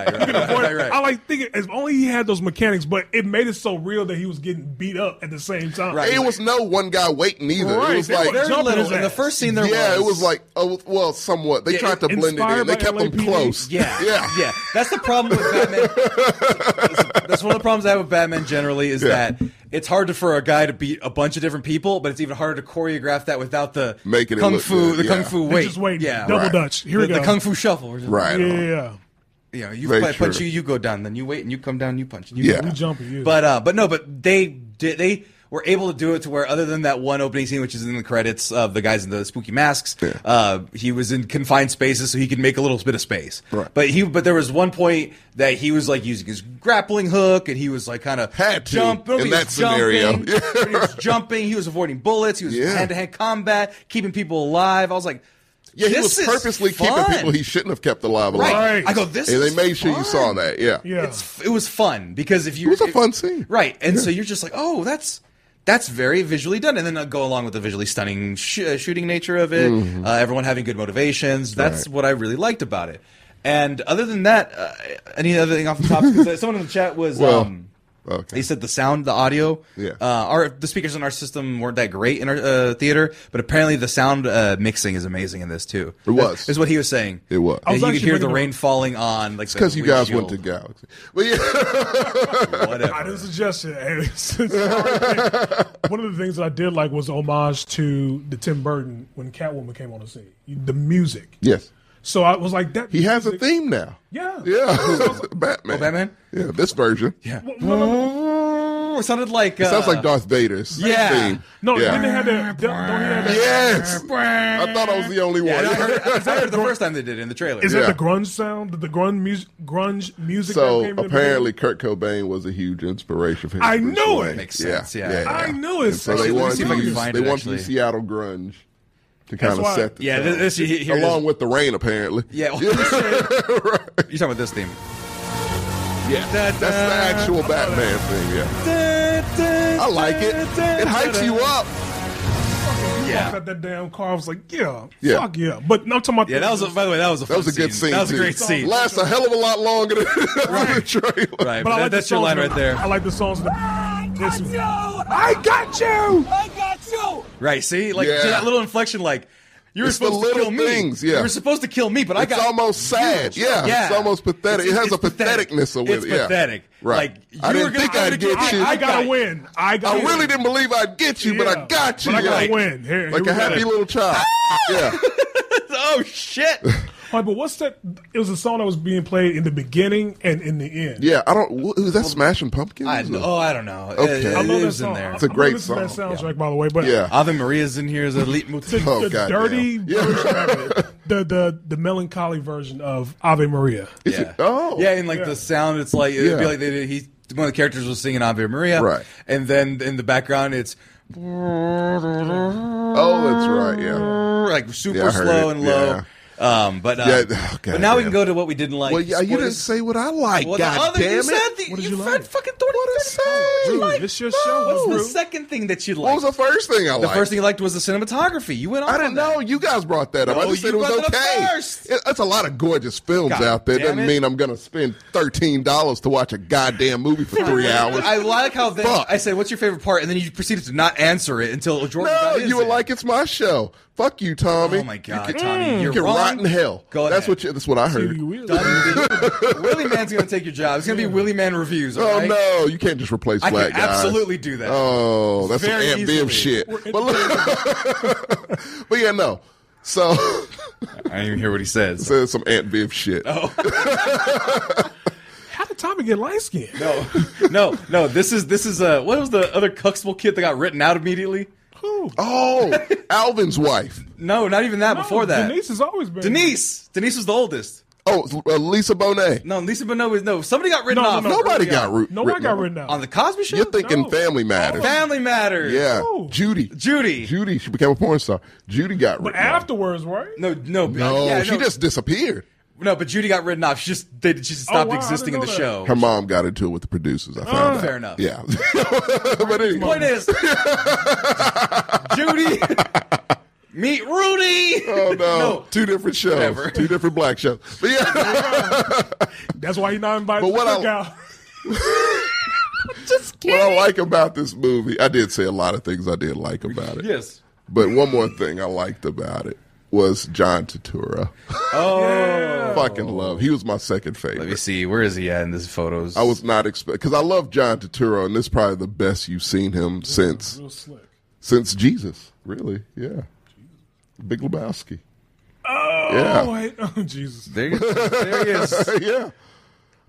Speaker 1: Right. Right. right, right, right.
Speaker 4: I like thinking if only he had those mechanics, but it made it so real that he was getting beat up at the same time.
Speaker 1: Right.
Speaker 2: it was no one guy waiting either.
Speaker 4: Right,
Speaker 2: It was
Speaker 4: they
Speaker 2: like.
Speaker 4: were
Speaker 1: Very
Speaker 4: Jumping
Speaker 1: little.
Speaker 4: his
Speaker 1: In the
Speaker 4: ass.
Speaker 1: first scene, there
Speaker 2: yeah,
Speaker 1: was.
Speaker 2: it was like, oh, well, somewhat. They tried to
Speaker 4: it-
Speaker 2: blend it in.
Speaker 4: inspired
Speaker 2: They
Speaker 4: by
Speaker 2: kept them
Speaker 4: LAPD.
Speaker 2: close.
Speaker 1: Yeah,
Speaker 2: yeah,
Speaker 1: yeah. That's the problem with Batman. That's one of the problems I have with Batman generally is
Speaker 2: Yeah.
Speaker 1: that it's hard to, for a guy to beat a bunch of different people, but it's even harder to choreograph that without the
Speaker 2: Making it
Speaker 1: kung
Speaker 2: look
Speaker 1: fu,
Speaker 2: good,
Speaker 1: the kung
Speaker 2: yeah.
Speaker 1: fu
Speaker 4: They
Speaker 1: weight,
Speaker 4: just waiting.
Speaker 1: yeah,
Speaker 4: Double
Speaker 2: Right.
Speaker 4: Dutch. Here
Speaker 1: the,
Speaker 4: we go.
Speaker 1: the kung fu shuffle. We're just-
Speaker 2: Right.
Speaker 4: Yeah, yeah, yeah.
Speaker 1: You know, you
Speaker 2: Very
Speaker 1: punch, punch
Speaker 2: true.
Speaker 1: you, you go down, then you wait and you come down, you punch. And you
Speaker 2: Yeah.
Speaker 1: go down.
Speaker 4: We jumping, yeah.
Speaker 1: But uh, but no, but they did they were able to do it to where other than that one opening scene, which is in the credits of the guys in the spooky masks,
Speaker 2: Yeah.
Speaker 1: uh, he was in confined spaces, so he could make a little bit of space.
Speaker 2: Right.
Speaker 1: But he but there was one point that he was like using his grappling hook, and he was like kind of
Speaker 2: Had to,
Speaker 1: jumping
Speaker 2: in that scenario.
Speaker 1: Jumping, he was jumping. He was avoiding bullets. He was
Speaker 2: Yeah.
Speaker 1: hand to hand combat, keeping people alive. I was like.
Speaker 2: Yeah, he
Speaker 1: this
Speaker 2: was
Speaker 1: is
Speaker 2: purposely keeping
Speaker 1: fun.
Speaker 2: people he shouldn't have kept alive. alive.
Speaker 1: Right.
Speaker 4: Right.
Speaker 1: I go. This.
Speaker 2: And
Speaker 1: is
Speaker 2: they made sure you saw
Speaker 1: fun."
Speaker 2: that. Yeah.
Speaker 4: Yeah.
Speaker 1: It's it was fun because if you
Speaker 2: It was a fun scene.
Speaker 1: right? And so you're just like, oh, that's that's very visually done, and then uh, go along with the visually stunning sh- uh, shooting nature of it.
Speaker 2: Mm-hmm.
Speaker 1: Uh, everyone having good motivations. That's what I really liked about it. And other than that, uh, any other thing off the top? 'Cause, uh, someone in the chat was.
Speaker 2: Well,
Speaker 1: um,
Speaker 2: okay.
Speaker 1: They said the sound, the audio,
Speaker 2: Yeah.
Speaker 1: uh, our the speakers in our system weren't that great in our uh, theater, but apparently the sound uh, mixing is amazing in this too.
Speaker 2: It was.
Speaker 1: is what he was saying.
Speaker 2: It was.
Speaker 1: and
Speaker 2: I
Speaker 4: was
Speaker 1: you could
Speaker 4: actually
Speaker 1: hear the
Speaker 4: thinking about-
Speaker 1: rain falling on like
Speaker 2: Because you guys went to Galaxy. But yeah.
Speaker 1: whatever.
Speaker 4: I didn't suggest it. Hey, since- One of the things that I did like was the homage to the Tim Burton when Catwoman came on the scene. The music.
Speaker 2: yes.
Speaker 4: So I was like, that.
Speaker 2: He has a theme now.
Speaker 4: Yeah.
Speaker 2: Yeah. Batman.
Speaker 1: Oh, Batman?
Speaker 2: Yeah, this version.
Speaker 1: Yeah.
Speaker 4: no,
Speaker 1: It sounded like. Uh,
Speaker 2: Sounds like Darth Vader's
Speaker 1: yeah.
Speaker 2: theme.
Speaker 4: no,
Speaker 2: yeah.
Speaker 4: then they had that. Don't, don't hear that.
Speaker 2: Yes. I thought I was the only
Speaker 1: Yeah,
Speaker 2: one.
Speaker 1: I heard, it- 'cause I heard it the first time they did it in the trailer.
Speaker 4: Is
Speaker 2: Yeah.
Speaker 4: that the grunge sound? The, the grunge music. Grunge music. that
Speaker 2: so
Speaker 4: came in the
Speaker 2: apparently,
Speaker 4: beginning?
Speaker 2: Kurt Cobain was a huge inspiration for him.
Speaker 4: I knew it.
Speaker 1: Makes sense, yeah.
Speaker 4: I knew it.
Speaker 2: And so they
Speaker 1: Actually, let me
Speaker 2: wanted
Speaker 1: see if
Speaker 2: to
Speaker 1: I can
Speaker 2: use,
Speaker 1: find
Speaker 2: they
Speaker 1: it,
Speaker 2: wanted to
Speaker 1: actually.
Speaker 2: use Seattle grunge to kind of
Speaker 4: why-
Speaker 2: set the
Speaker 1: Yeah,
Speaker 2: tone.
Speaker 1: this, this, here- here it is.
Speaker 2: along with the rain apparently.
Speaker 1: Yeah, well, you're talking about this theme.
Speaker 2: yeah. That's the actual Batman thing. Yeah, I like it. It hypes you up.
Speaker 1: Yeah.
Speaker 4: Cut that damn car. I was like, yeah,
Speaker 2: Yeah.
Speaker 4: fuck yeah. But no, I'm talking about
Speaker 1: Yeah, that was. A, by the way, that was a.
Speaker 2: That was a
Speaker 1: fun
Speaker 2: good scene.
Speaker 1: That was a
Speaker 2: too.
Speaker 1: great scene. Right,
Speaker 2: Lasts a hell of a lot longer than the trailer.
Speaker 1: but, that-
Speaker 4: the
Speaker 1: that's your line
Speaker 4: songs
Speaker 1: right
Speaker 4: that-
Speaker 1: there.
Speaker 4: I like the songs. That,
Speaker 5: I
Speaker 4: Yes.
Speaker 5: got you! I got you! I got you!
Speaker 1: Right. See, like
Speaker 2: Yeah.
Speaker 1: so that little inflection, like you were
Speaker 2: It's the
Speaker 1: supposed to
Speaker 2: little
Speaker 1: kill
Speaker 2: things,
Speaker 1: me.
Speaker 2: yeah.
Speaker 1: You were supposed to kill me, but I
Speaker 2: It's
Speaker 1: got.
Speaker 2: almost sad. Yeah, it's almost pathetic.
Speaker 1: It's-
Speaker 2: it has
Speaker 1: it's
Speaker 2: a patheticness with
Speaker 1: It's
Speaker 2: it. Yeah,
Speaker 1: pathetic.
Speaker 2: Right.
Speaker 1: Like you
Speaker 2: I
Speaker 1: were
Speaker 2: didn't
Speaker 1: gonna,
Speaker 2: think
Speaker 1: I'm
Speaker 2: I'd
Speaker 1: gonna
Speaker 2: get you.
Speaker 4: I gotta
Speaker 1: it.
Speaker 4: win. I got.
Speaker 2: I really didn't believe I'd get you, but I
Speaker 4: Yeah.
Speaker 2: got you.
Speaker 4: But I gotta
Speaker 2: like,
Speaker 4: win. Here- here
Speaker 2: like
Speaker 4: we
Speaker 2: a happy
Speaker 4: go.
Speaker 2: little child.
Speaker 1: Ah!
Speaker 2: yeah,
Speaker 1: Oh shit!
Speaker 4: Alright, but what's that? It was a song that was being played in the beginning and in the end.
Speaker 2: yeah. I don't. wh- Is that Smashing Pumpkins?
Speaker 1: I, oh, I don't know.
Speaker 2: Okay.
Speaker 1: It,
Speaker 2: I
Speaker 1: it
Speaker 2: love
Speaker 4: that
Speaker 1: lives in
Speaker 4: song.
Speaker 1: there.
Speaker 2: It's a
Speaker 4: I'm
Speaker 2: great
Speaker 4: listening to
Speaker 2: song.
Speaker 4: That soundtrack, by the way. But
Speaker 2: Yeah.
Speaker 1: Ave Maria's in here is a leap.
Speaker 4: the,
Speaker 2: Oh,
Speaker 4: the
Speaker 2: goddamn.
Speaker 4: dirty
Speaker 2: Yeah.
Speaker 4: version of it, the the the melancholy version of Ave Maria.
Speaker 2: Is
Speaker 1: Yeah.
Speaker 2: it? Oh,
Speaker 1: Yeah, and like the sound, it's like it'd
Speaker 2: Yeah.
Speaker 1: be like they did, he one of the characters was singing Ave Maria,
Speaker 2: Right.
Speaker 1: And then in the background, it's
Speaker 2: Oh, that's right. Yeah.
Speaker 1: like super
Speaker 2: Yeah, I heard
Speaker 1: slow
Speaker 2: it,
Speaker 1: and low. Um, but uh,
Speaker 2: Yeah, oh,
Speaker 1: but now we
Speaker 2: goddamn.
Speaker 1: can go to what we didn't like.
Speaker 2: Well, yeah. You
Speaker 1: What
Speaker 2: didn't
Speaker 1: is-
Speaker 2: say what I like.
Speaker 1: Well, the
Speaker 2: God
Speaker 1: other
Speaker 2: damn
Speaker 1: you
Speaker 2: it.
Speaker 1: said the,
Speaker 4: What did
Speaker 1: you,
Speaker 4: you
Speaker 1: said
Speaker 4: like?
Speaker 1: fucking thirty
Speaker 2: What
Speaker 1: minutes.
Speaker 2: did I say?
Speaker 4: Dude,
Speaker 1: Like,
Speaker 4: it's your
Speaker 1: no,
Speaker 4: show,
Speaker 1: What's
Speaker 4: bro.
Speaker 1: the second thing that you
Speaker 2: What
Speaker 1: liked?
Speaker 2: was the first thing I
Speaker 1: the
Speaker 2: liked?
Speaker 1: first thing you liked was the cinematography. You went on.
Speaker 2: I didn't
Speaker 1: that.
Speaker 2: know you guys brought that up. I
Speaker 1: No,
Speaker 2: just said it
Speaker 1: you
Speaker 2: was
Speaker 1: brought that up
Speaker 2: okay.
Speaker 1: first.
Speaker 2: It- That's a lot of gorgeous films
Speaker 1: God
Speaker 2: out there.
Speaker 1: damn
Speaker 2: Doesn't
Speaker 1: it.
Speaker 2: mean I'm going to spend thirteen dollars to watch a goddamn movie for three hours.
Speaker 1: I like how they,
Speaker 2: Fuck.
Speaker 1: I said, "What's your favorite part?" and then you proceeded to not answer it until Jordan.
Speaker 2: no,
Speaker 1: got his
Speaker 2: you were
Speaker 1: in.
Speaker 2: like, "It's my show." Fuck you, Tommy.
Speaker 1: "Oh my god,
Speaker 2: you can,
Speaker 4: Mm.
Speaker 1: Tommy,
Speaker 2: you
Speaker 1: you're
Speaker 2: can
Speaker 1: wrong."
Speaker 2: rot in hell.
Speaker 1: Go ahead.
Speaker 2: that's what you, that's what I heard.
Speaker 4: You will.
Speaker 1: Done. Willie Man's gonna take your job. It's gonna be Willie Man reviews. all
Speaker 2: Oh
Speaker 1: right?
Speaker 2: no, you can't just replace
Speaker 1: I
Speaker 2: black
Speaker 1: can
Speaker 2: guys.
Speaker 1: absolutely do that.
Speaker 2: Oh, that's some
Speaker 1: Very
Speaker 2: Aunt Viv
Speaker 1: easily.
Speaker 2: shit. But, look- but yeah, no. So
Speaker 1: I didn't even hear what he said. so-
Speaker 2: said some Aunt Viv shit.
Speaker 1: Oh.
Speaker 4: How did Tommy get light skinned?
Speaker 1: No, no, no. This is this is uh, what was the other Cuxville kid that got written out immediately?
Speaker 2: Oh, Alvin's wife.
Speaker 1: No, not even that. before that,
Speaker 4: Denise has always been
Speaker 1: Denise. Denise was the oldest.
Speaker 2: Oh, uh, Lisa Bonet.
Speaker 1: No, Lisa Bonet was no. Somebody got written
Speaker 4: No, no,
Speaker 1: off.
Speaker 4: no.
Speaker 2: Nobody
Speaker 1: early
Speaker 2: got
Speaker 1: on.
Speaker 2: root.
Speaker 4: Nobody got written out.
Speaker 1: on the Cosby Show.
Speaker 2: You're thinking
Speaker 4: No.
Speaker 2: Family Matters.
Speaker 1: Family Matters.
Speaker 2: Yeah,
Speaker 4: No.
Speaker 2: Judy.
Speaker 1: Judy.
Speaker 2: Judy. She became a porn star. Judy got
Speaker 4: but
Speaker 2: written. off.
Speaker 4: afterwards, right?
Speaker 1: No, no,
Speaker 2: no,
Speaker 1: yeah,
Speaker 2: she just disappeared.
Speaker 1: no. But Judy got written off. She just they, she just
Speaker 4: Oh,
Speaker 1: stopped
Speaker 4: wow, I
Speaker 1: existing in
Speaker 4: didn't
Speaker 1: the
Speaker 4: know
Speaker 1: show.
Speaker 2: Her mom got into it with the producers. I found out.
Speaker 1: Oh. Fair enough.
Speaker 2: Yeah, but
Speaker 1: Point
Speaker 2: anyway.
Speaker 1: is, Judy, meet Rudy.
Speaker 2: Oh no. two different shows,
Speaker 1: Whatever.
Speaker 2: two different black shows. But yeah,
Speaker 4: That's why he's not invited
Speaker 2: But
Speaker 4: to
Speaker 2: what
Speaker 4: the
Speaker 2: I-
Speaker 4: cookout.
Speaker 2: what I like about this movie, I did say a lot of things I did like about it.
Speaker 1: Yes.
Speaker 2: But one more thing I liked about it was John Turturro.
Speaker 1: Oh,
Speaker 2: Fucking love. He was my second favorite.
Speaker 1: let me see. Where is he at in these photos?
Speaker 2: I was not expect because I love John Turturro, and this is probably the best you've seen him since
Speaker 4: Real slick.
Speaker 2: since Jesus. Really, yeah. Big Lebowski. Oh,
Speaker 4: Oh,
Speaker 2: yeah,
Speaker 4: wait. Oh, Jesus.
Speaker 1: There, there he is.
Speaker 2: yeah.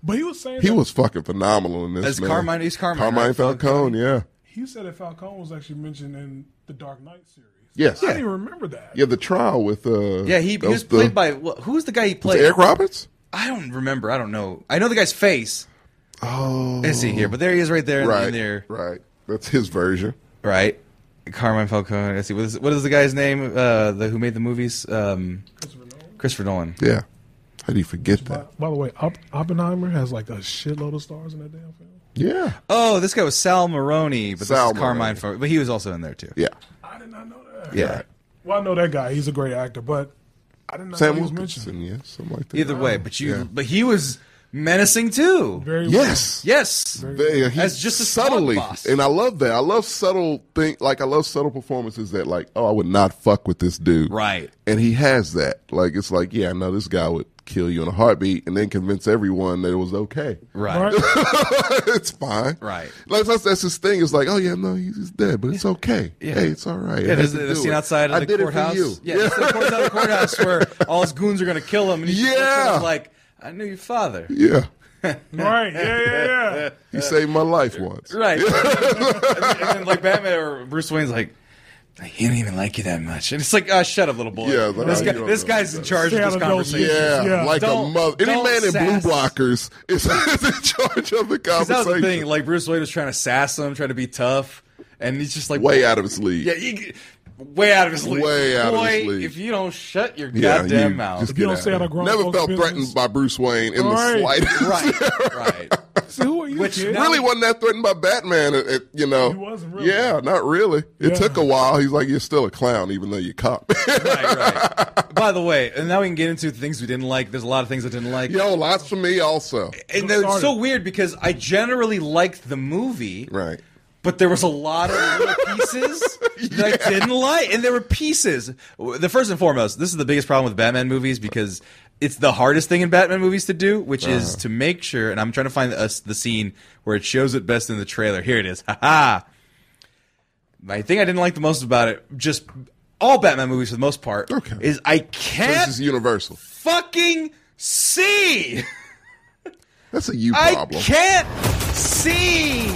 Speaker 4: But he was saying
Speaker 2: He
Speaker 4: that,
Speaker 2: was fucking phenomenal in this.
Speaker 1: That's
Speaker 2: man.
Speaker 1: Carmine- he's Carmine,
Speaker 2: Carmine
Speaker 1: right?
Speaker 2: Falcone. Yeah,
Speaker 4: he said that Falcone was actually mentioned in the Dark Knight series.
Speaker 2: yes,
Speaker 4: I
Speaker 2: yeah.
Speaker 4: didn't even remember that.
Speaker 2: The trial with uh,
Speaker 1: Yeah, he, he
Speaker 2: that
Speaker 1: was
Speaker 2: the-
Speaker 1: played by wh- who was the guy he played?
Speaker 2: Eric Roberts.
Speaker 1: I don't remember. I don't know. I know the guy's face.
Speaker 2: Oh,
Speaker 1: Is he here? But there he is, right there, in- in
Speaker 2: right,
Speaker 1: there,
Speaker 2: right. That's his version.
Speaker 1: right? Carmine Falcone. Let's see. What is, what is the guy's name? Uh, the who made the movies? Um,
Speaker 4: Christopher Nolan.
Speaker 1: Christopher Nolan.
Speaker 2: Yeah, how do you forget
Speaker 4: By,
Speaker 2: that?
Speaker 4: by the way, Op- Oppenheimer has like a shitload of stars in that damn film.
Speaker 2: Yeah,
Speaker 1: Oh, this guy was Sal Maroni, but
Speaker 2: Sal
Speaker 1: this is Carmine.
Speaker 2: Maroni.
Speaker 1: Fal- but he was also in there too.
Speaker 2: yeah.
Speaker 4: I did not know that.
Speaker 1: Yeah.
Speaker 4: Well, I know that guy. He's a great actor, but I did not
Speaker 2: Sam
Speaker 4: know he was mentioned.
Speaker 2: Wilkinson. Yeah, something like that.
Speaker 1: Either way, but you,
Speaker 2: Yeah.
Speaker 1: but he was menacing too.
Speaker 4: Very
Speaker 2: Yes.
Speaker 1: yes.
Speaker 2: They, he
Speaker 1: As just a squad
Speaker 2: subtly,
Speaker 1: boss.
Speaker 2: and I love that. I love subtle thing. Like I love subtle performances that, like, oh, I would not fuck with this dude,
Speaker 1: Right.
Speaker 2: And he has that. Like it's like, yeah, I know this guy would kill you in a heartbeat, and then convince everyone that it was okay.
Speaker 1: Right.
Speaker 4: well. Right?
Speaker 2: it's fine,
Speaker 1: Right.
Speaker 2: Like, that's, that's his thing. It's like, oh yeah, no, he's, he's dead, but it's okay.
Speaker 1: Yeah.
Speaker 2: Hey, it's all right.
Speaker 1: Yeah,
Speaker 2: I
Speaker 1: there's
Speaker 2: had to
Speaker 1: the
Speaker 2: do
Speaker 1: scene
Speaker 2: it.
Speaker 1: outside of
Speaker 2: I
Speaker 1: the
Speaker 2: did
Speaker 1: courthouse.
Speaker 2: It for you.
Speaker 1: Yeah, it's the courthouse, the courthouse where all his goons are gonna kill him. And he
Speaker 2: Yeah.
Speaker 1: looks like I knew your father.
Speaker 2: yeah.
Speaker 4: right. Yeah, yeah, yeah.
Speaker 2: He saved my life once.
Speaker 1: Right. and then like Batman or Bruce Wayne's like. He didn't even like you that much, and it's like, ah, shut up, little boy.
Speaker 2: Yeah, like,
Speaker 1: this,
Speaker 2: oh,
Speaker 1: guy,
Speaker 2: you don't
Speaker 1: this
Speaker 2: know.
Speaker 1: guy's in charge of
Speaker 4: Stay
Speaker 1: this
Speaker 4: out of those
Speaker 1: conversation.
Speaker 2: Yeah,
Speaker 4: Yeah.
Speaker 2: like a
Speaker 1: Don't-
Speaker 2: mother. Any
Speaker 1: don't
Speaker 2: man in
Speaker 1: sass.
Speaker 2: blue blockers is, is in charge of the conversation.
Speaker 1: 'Cause that was the thing. Like Bruce Wayne was trying to sass him, trying to be tough, and he's just like,
Speaker 2: Way out of his league.
Speaker 1: yeah, he, way out of his league.
Speaker 2: Way out of
Speaker 1: Boy,
Speaker 2: his league.
Speaker 1: If you don't shut your
Speaker 2: Yeah,
Speaker 1: goddamn
Speaker 2: you
Speaker 1: mouth,
Speaker 2: just
Speaker 4: you
Speaker 2: get
Speaker 4: don't
Speaker 2: out
Speaker 4: say
Speaker 2: of
Speaker 4: out
Speaker 2: here.
Speaker 4: of grown
Speaker 2: Never
Speaker 4: folks'
Speaker 2: felt
Speaker 4: business.
Speaker 2: threatened by Bruce Wayne in the
Speaker 4: All right.
Speaker 2: slightest.
Speaker 1: right, right.
Speaker 4: See, who are you,
Speaker 1: Which
Speaker 4: kid?
Speaker 1: now-
Speaker 2: really wasn't that threatened by Batman. It, it- you know,
Speaker 4: He wasn't really.
Speaker 2: Yeah, not really. It
Speaker 4: Yeah.
Speaker 2: took a while. He's like, you're still a clown, even though you're a cop.
Speaker 1: right, right. By the way, and now we can get into the things we didn't like. There's a lot of things I didn't like.
Speaker 2: Yo, lots for me also.
Speaker 1: and they're- it's so
Speaker 4: Started.
Speaker 1: weird because I generally liked the movie,
Speaker 2: Right.
Speaker 1: But there was a lot of little pieces that I didn't like, and there were pieces. The first and foremost, this is the biggest problem with Batman movies because it's the hardest thing in Batman movies to do, which is
Speaker 2: Uh-huh.
Speaker 1: to make sure. And I'm trying to find us the scene where it shows it best in the trailer. Here it is. Ha ha. My thing I didn't like the most about it, just all Batman movies for the most part,
Speaker 2: Okay.
Speaker 1: is I
Speaker 2: This
Speaker 1: can't
Speaker 2: is universal.
Speaker 1: fucking see.
Speaker 2: That's a you
Speaker 1: I
Speaker 2: problem.
Speaker 1: can't see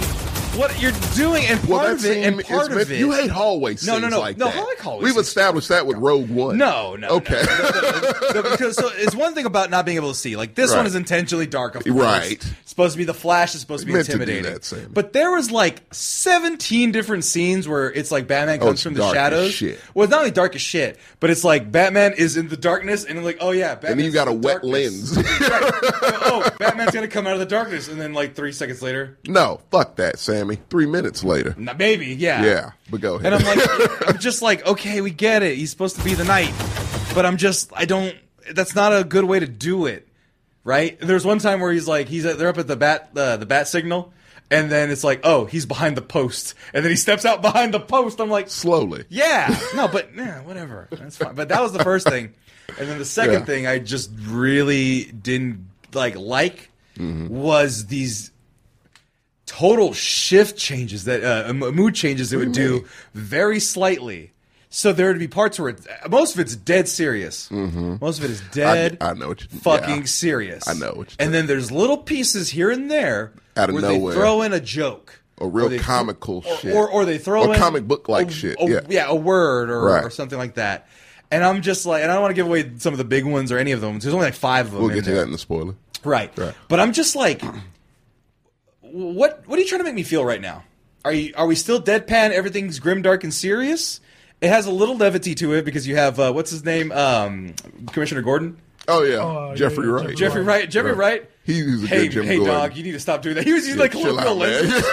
Speaker 1: what you're doing, and part
Speaker 2: well, that
Speaker 1: of it, and
Speaker 2: scene
Speaker 1: part
Speaker 2: is
Speaker 1: of
Speaker 2: meant-
Speaker 1: it.
Speaker 2: You hate hallway scenes
Speaker 1: No, no, no.
Speaker 2: like
Speaker 1: No,
Speaker 2: that.
Speaker 1: I like hallway
Speaker 2: We've
Speaker 1: scenes.
Speaker 2: established that with Rogue One.
Speaker 1: no, no.
Speaker 2: Okay.
Speaker 1: No, no, no, no, because so it's one thing about not being able to see. Like this one
Speaker 2: Right.
Speaker 1: is intentionally dark, of course.
Speaker 2: Right.
Speaker 1: It's supposed to be the Flash. It's supposed to be
Speaker 2: Meant to do
Speaker 1: intimidating.
Speaker 2: that, Sam.
Speaker 1: but there was like 17 different scenes where it's like Batman comes
Speaker 2: Oh, it's
Speaker 1: from the
Speaker 2: dark as
Speaker 1: shadows.
Speaker 2: shit.
Speaker 1: Well, it's not only dark as shit, but it's like Batman is in the darkness, and like, oh yeah, Batman.
Speaker 2: and then you got a wet lens.
Speaker 1: oh, Batman's gonna come out of the darkness, and then like three seconds later,
Speaker 2: no, fuck that, Sammy. Three minutes later.
Speaker 1: n- maybe, yeah,
Speaker 2: Yeah, but go ahead.
Speaker 1: And I'm like, I'm just like, okay, we get it. He's supposed to be the knight, but I'm just, I don't. That's not a good way to do it, right? There's one time where he's like, he's at, they're up at the bat, uh, the bat signal, and then it's like, oh, he's behind the post, and then he steps out behind the post. I'm like,
Speaker 2: Slowly.
Speaker 1: yeah, no, but yeah, whatever, that's fine. But that was the first thing, and then the second
Speaker 2: Yeah.
Speaker 1: thing I just really didn't like like
Speaker 2: Mm-hmm.
Speaker 1: was these total shift changes that uh, m- mood changes it would do very slightly. So there would be parts where it, most of it's dead serious. Most of it is dead.
Speaker 2: Mm-hmm. I know what you-
Speaker 1: fucking
Speaker 2: yeah.
Speaker 1: serious.
Speaker 2: I know what you-
Speaker 1: and then there's little pieces here and there
Speaker 2: Out of
Speaker 1: where
Speaker 2: nowhere.
Speaker 1: they throw in a joke.
Speaker 2: Or real
Speaker 1: Or they-
Speaker 2: comical
Speaker 1: or,
Speaker 2: shit.
Speaker 1: Or, or they throw
Speaker 2: Or
Speaker 1: in
Speaker 2: comic book-like
Speaker 1: a-
Speaker 2: shit,
Speaker 1: a-
Speaker 2: yeah.
Speaker 1: yeah, a word or,
Speaker 2: Right.
Speaker 1: or something like that. And I'm just like, and I don't want to give away some of the big ones or any of them. There's only like five of them.
Speaker 2: We'll
Speaker 1: in
Speaker 2: get to
Speaker 1: there.
Speaker 2: that in the spoiler.
Speaker 1: Right.
Speaker 2: Right.
Speaker 1: But I'm just like, what what are you trying to make me feel right now? Are you are we still deadpan? Everything's grim, dark, and serious. It has a little levity to it because you have uh, what's his name, um, Commissioner Gordon,
Speaker 2: Oh, yeah.
Speaker 4: Oh, yeah,
Speaker 2: Jeffrey
Speaker 4: yeah,
Speaker 2: Wright.
Speaker 4: Jeffrey
Speaker 1: Jeffrey Wright. Jeffrey
Speaker 2: Right.
Speaker 1: Wright.
Speaker 2: He was a
Speaker 1: hey,
Speaker 2: good Jim
Speaker 1: hey,
Speaker 2: Gordon.
Speaker 1: dog, you need to stop doing that. He was using like
Speaker 2: chill
Speaker 1: colloquial
Speaker 2: out, man.
Speaker 1: language.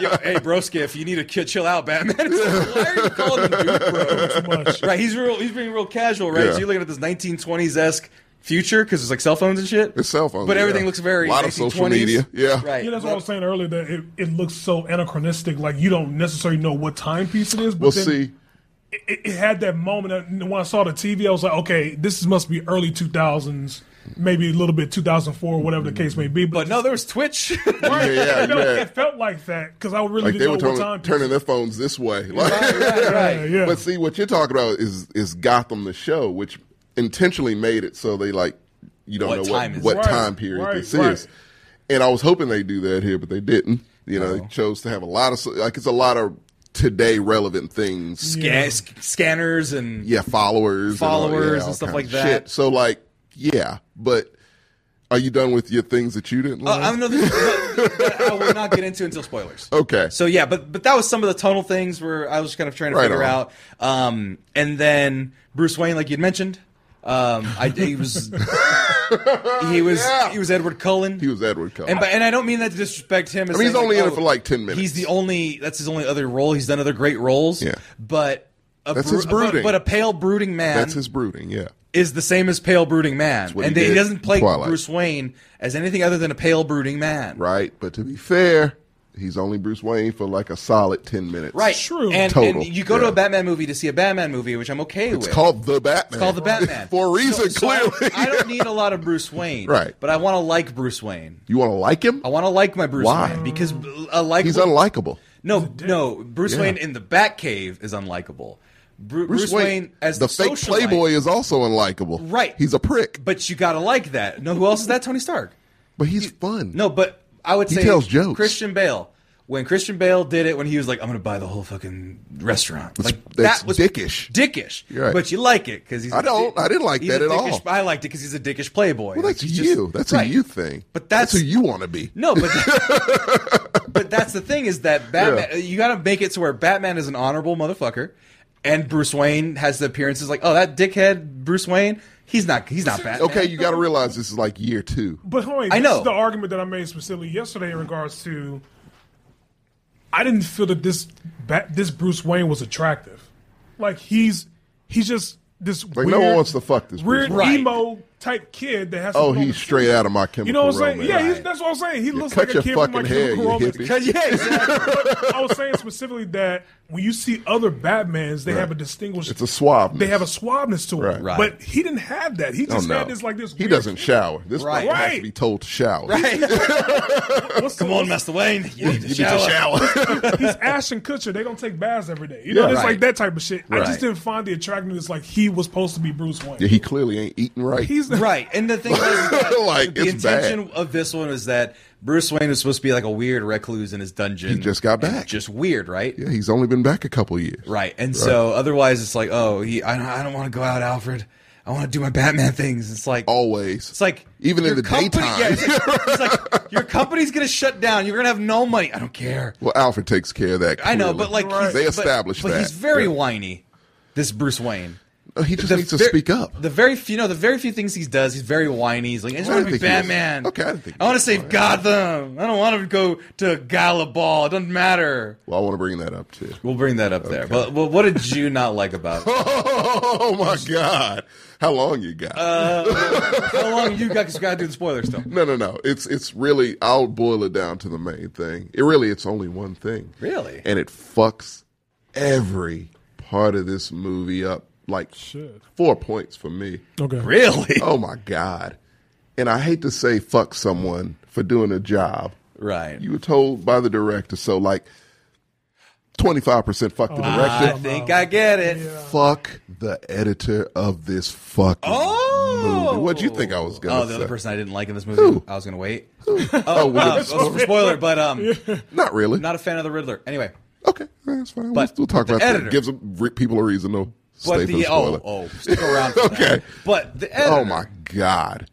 Speaker 1: Yo, hey, broskiff, you need to ki- chill out, Batman. It's like, why are you calling him dude, bro?
Speaker 4: Too much.
Speaker 1: Right, he's real. He's being real casual, right?
Speaker 2: Yeah.
Speaker 1: So you're looking at this 1920s esque future because there's like cell phones and shit.
Speaker 2: It's cell phones,
Speaker 1: but everything
Speaker 2: yeah.
Speaker 1: looks very
Speaker 2: A lot of social
Speaker 1: 1920s.
Speaker 2: media, yeah.
Speaker 1: right.
Speaker 4: Yeah, that's what I was saying earlier. That it, it looks so anachronistic. Like you don't necessarily know what timepiece it is. But
Speaker 2: We'll
Speaker 4: then
Speaker 2: see.
Speaker 4: It, it- it had that moment that when I saw the TV, I was like, okay, this must be early two thousands, maybe a little bit two thousand four, whatever the case may be. But,
Speaker 1: But no, there was Twitch.
Speaker 2: Yeah, yeah,
Speaker 4: it, felt,
Speaker 2: yeah.
Speaker 4: it felt like that because I really
Speaker 2: Like they were
Speaker 4: didn't know what
Speaker 2: turning,
Speaker 4: time.
Speaker 2: turning their phones this way. Like,
Speaker 1: right,
Speaker 4: yeah, yeah.
Speaker 2: But see, what you're talking about is is Gotham the show, which intentionally made it so they like you don't
Speaker 1: What
Speaker 2: know
Speaker 1: time is
Speaker 2: what, what
Speaker 4: it?
Speaker 2: time
Speaker 4: Right,
Speaker 2: period
Speaker 4: right,
Speaker 2: this
Speaker 4: right.
Speaker 2: is. And I was hoping they do that here, but they didn't. You
Speaker 1: Oh.
Speaker 2: know, they chose to have a lot of like it's a lot of today relevant things. Yeah,
Speaker 1: Scan- sc- scanners and
Speaker 2: followers, all-
Speaker 1: Followers
Speaker 2: all
Speaker 1: and stuff
Speaker 2: kinds
Speaker 1: like
Speaker 2: of
Speaker 1: that.
Speaker 2: Shit. So like, yeah, but are you done with your things that you didn't
Speaker 1: Uh,
Speaker 2: like?
Speaker 1: I'm not, that I will not get into until spoilers.
Speaker 2: okay,
Speaker 1: So yeah, but but that was some of the tunnel things where I was kind of trying to
Speaker 2: Right
Speaker 1: figure
Speaker 2: on.
Speaker 1: out. Um, and then Bruce Wayne, like you'd mentioned, um, I, he was he was
Speaker 2: Yeah.
Speaker 1: he was Edward Cullen.
Speaker 2: he was Edward Cullen.
Speaker 1: and, by, and I don't mean that to disrespect him. I
Speaker 2: mean, he's only in it for, like, 10 minutes.
Speaker 1: He's the only. That's his only other role. He's done other great roles.
Speaker 2: Yeah.
Speaker 1: But a
Speaker 2: That's
Speaker 1: bru-
Speaker 2: his brooding.
Speaker 1: But, but a pale brooding man
Speaker 2: That's his brooding. Yeah.
Speaker 1: is the same as pale brooding man,
Speaker 2: what
Speaker 1: and
Speaker 2: he
Speaker 1: he,
Speaker 2: did
Speaker 1: doesn't
Speaker 2: in
Speaker 1: play
Speaker 2: Twilight.
Speaker 1: Bruce Wayne as anything other than a pale brooding man.
Speaker 2: right? But to be fair, he's only Bruce Wayne for like a solid ten minutes.
Speaker 1: Right.
Speaker 4: True.
Speaker 1: And,
Speaker 2: Total.
Speaker 1: and you go to
Speaker 2: Yeah.
Speaker 1: a Batman movie to see a Batman movie, which I'm okay with.
Speaker 2: It's called the Batman.
Speaker 1: It's called the Batman
Speaker 2: for a reason.
Speaker 1: So- so I-
Speaker 2: clearly,
Speaker 1: I, don't need a lot of Bruce Wayne.
Speaker 2: Right.
Speaker 1: But I want to like Bruce Wayne.
Speaker 2: you want to like him?
Speaker 1: I want to like my Bruce
Speaker 2: Why?
Speaker 1: Wayne because I like
Speaker 2: He's unlikable.
Speaker 1: No, no. Bruce
Speaker 2: Yeah.
Speaker 1: Wayne in the Batcave is unlikable. Bru- Bruce, Wayne, as the,
Speaker 2: the, fake
Speaker 1: socialite,
Speaker 2: playboy, is also unlikable.
Speaker 1: Right.
Speaker 2: He's a prick, but,
Speaker 1: But you gotta like that. No, who else is that? Tony Stark.
Speaker 2: he's fun.
Speaker 1: No, but I would
Speaker 2: He
Speaker 1: say
Speaker 2: tells jokes.
Speaker 1: Christian Bale. When Christian Bale did it, when he was like, "I'm going to buy the whole fucking restaurant," like
Speaker 2: that's
Speaker 1: that was
Speaker 2: dickish.
Speaker 1: dickish.
Speaker 2: You're right.
Speaker 1: But you like it because he's.
Speaker 2: I don't. I didn't like
Speaker 1: he's
Speaker 2: that
Speaker 1: a
Speaker 2: at all.
Speaker 1: dickish- I liked it because he's a dickish playboy.
Speaker 2: well, that's
Speaker 1: He's just-
Speaker 2: you. that's
Speaker 1: right.
Speaker 2: a you thing.
Speaker 1: But that's-
Speaker 2: who you want to be.
Speaker 1: No, but but that's the thing is that Batman. uh,
Speaker 2: Yeah.
Speaker 1: You got to make it to where Batman is an honorable motherfucker, and Bruce Wayne has the appearances like, oh, that dickhead Bruce Wayne, he's not he's not Batman.
Speaker 2: Okay, you got to realize this is like year two.
Speaker 4: But Hoyne,
Speaker 1: I
Speaker 4: this
Speaker 1: know.
Speaker 4: is the argument that I made specifically yesterday in regards to. I didn't feel that this Bat, this Bruce Wayne was attractive. Like he's he's just this
Speaker 2: Like,
Speaker 4: weird,
Speaker 2: no one wants to fuck this
Speaker 4: weird
Speaker 2: Bruce
Speaker 1: Wayne.
Speaker 4: emo type kid that has. to
Speaker 2: Oh,
Speaker 4: put on
Speaker 2: he's
Speaker 4: the-
Speaker 2: straight out of my chemical
Speaker 4: You know what I'm saying?
Speaker 2: Romance.
Speaker 4: Yeah, he's, that's what I'm saying. He looks
Speaker 2: cut
Speaker 4: like a
Speaker 2: your
Speaker 4: kid from
Speaker 2: fucking
Speaker 4: like
Speaker 2: hair,
Speaker 4: Chemical
Speaker 2: you
Speaker 4: Romance.
Speaker 2: hippie.
Speaker 1: Because yeah, exactly.
Speaker 4: But I was saying specifically that when you see other Batmans, they have a distinguished.
Speaker 2: It's a swab.
Speaker 4: They have a suaveness to him.
Speaker 2: Right. Oh,
Speaker 1: Right.
Speaker 4: But he didn't have that. He just had this like this.
Speaker 2: He
Speaker 4: weird-
Speaker 2: doesn't shower. This
Speaker 1: Right.
Speaker 2: right. has to
Speaker 4: Right.
Speaker 2: be told to shower.
Speaker 4: what's the-
Speaker 1: Come on, Master Wayne, you need to
Speaker 2: You need to
Speaker 1: shower.
Speaker 2: shower.
Speaker 4: He's Ash and Kutcher. They don't take baths every day. You
Speaker 2: Yeah.
Speaker 4: know, it's
Speaker 1: Right.
Speaker 4: like that type of shit. I
Speaker 1: Right.
Speaker 4: just didn't find the attractiveness like he was supposed to be Bruce Wayne.
Speaker 2: yeah, he clearly ain't eating right.
Speaker 4: He's not.
Speaker 1: Right, and the thing was that
Speaker 2: Like,
Speaker 1: the
Speaker 2: it's bad.
Speaker 1: intention of this one was that Bruce Wayne was supposed to be like a weird recluse in his dungeon. He
Speaker 2: just got back.
Speaker 1: just weird, right?
Speaker 2: yeah, he's only been back a couple years.
Speaker 1: Right, and so otherwise it's like, oh, he, I don't, I don't want to go out, Alfred. I want to do my Batman things. It's like
Speaker 2: Always.
Speaker 1: It's like
Speaker 2: Even in
Speaker 1: your
Speaker 2: the daytime.
Speaker 1: Yeah, it's, like, it's like, your company's gonna shut down. You're gonna have no money. I don't care.
Speaker 2: well, Alfred takes care of that.
Speaker 1: I know,
Speaker 2: clearly.
Speaker 1: but like he's-
Speaker 2: they
Speaker 1: but-
Speaker 2: established
Speaker 1: but,
Speaker 2: that.
Speaker 1: he's very
Speaker 2: Yeah.
Speaker 1: whiny. This Bruce Wayne.
Speaker 2: Uh, He just
Speaker 1: The
Speaker 2: needs to
Speaker 1: ver-
Speaker 2: speak up.
Speaker 1: The very few, you know, the very few things he does, he's very whiny. He's like, I just
Speaker 2: I
Speaker 1: want to
Speaker 2: didn't
Speaker 1: be
Speaker 2: think he was-
Speaker 1: Batman.
Speaker 2: okay, I didn't think he
Speaker 1: I want to
Speaker 2: was
Speaker 1: save
Speaker 2: whiny.
Speaker 1: Gotham. I don't want to go to Gala Ball. It doesn't matter.
Speaker 2: well, I want to bring that up too.
Speaker 1: We'll bring that up there. But, but what did you not like about? it?
Speaker 2: Oh my God! How long you got?
Speaker 1: Uh, How long you got? Because you got to do the spoiler stuff.
Speaker 2: no, no, no. It's it's really. I'll boil it down to the main thing. It really. It's only one thing.
Speaker 1: Really?
Speaker 2: And it fucks every part of this movie up. Like
Speaker 4: Shit.
Speaker 2: four points for me.
Speaker 4: Okay.
Speaker 1: Really?
Speaker 2: Oh my God! And I hate to say fuck someone for doing a job.
Speaker 1: Right.
Speaker 2: You were told by the director. So like, twenty five percent fuck the director.
Speaker 1: I think I get it.
Speaker 2: Fuck the editor of this fucking
Speaker 1: Oh,
Speaker 2: movie. What'd you think I was gonna
Speaker 1: Oh, the other
Speaker 2: say?
Speaker 1: person I didn't like in this movie. I was gonna wait. Oh,
Speaker 2: we
Speaker 1: uh,
Speaker 2: didn't-
Speaker 1: spoiler, spoiler, but um,
Speaker 2: Not really.
Speaker 1: not a fan of the Riddler. Anyway,
Speaker 2: okay, that's fine. We'll,
Speaker 1: But
Speaker 2: we'll talk
Speaker 1: the
Speaker 2: about that.
Speaker 1: editor-
Speaker 2: Gives them, re- people a reason to
Speaker 1: but
Speaker 2: stay for the
Speaker 1: the oh
Speaker 2: spoiler.
Speaker 1: oh, stick around. For
Speaker 2: Okay.
Speaker 1: That. But the editor,
Speaker 2: Oh my god!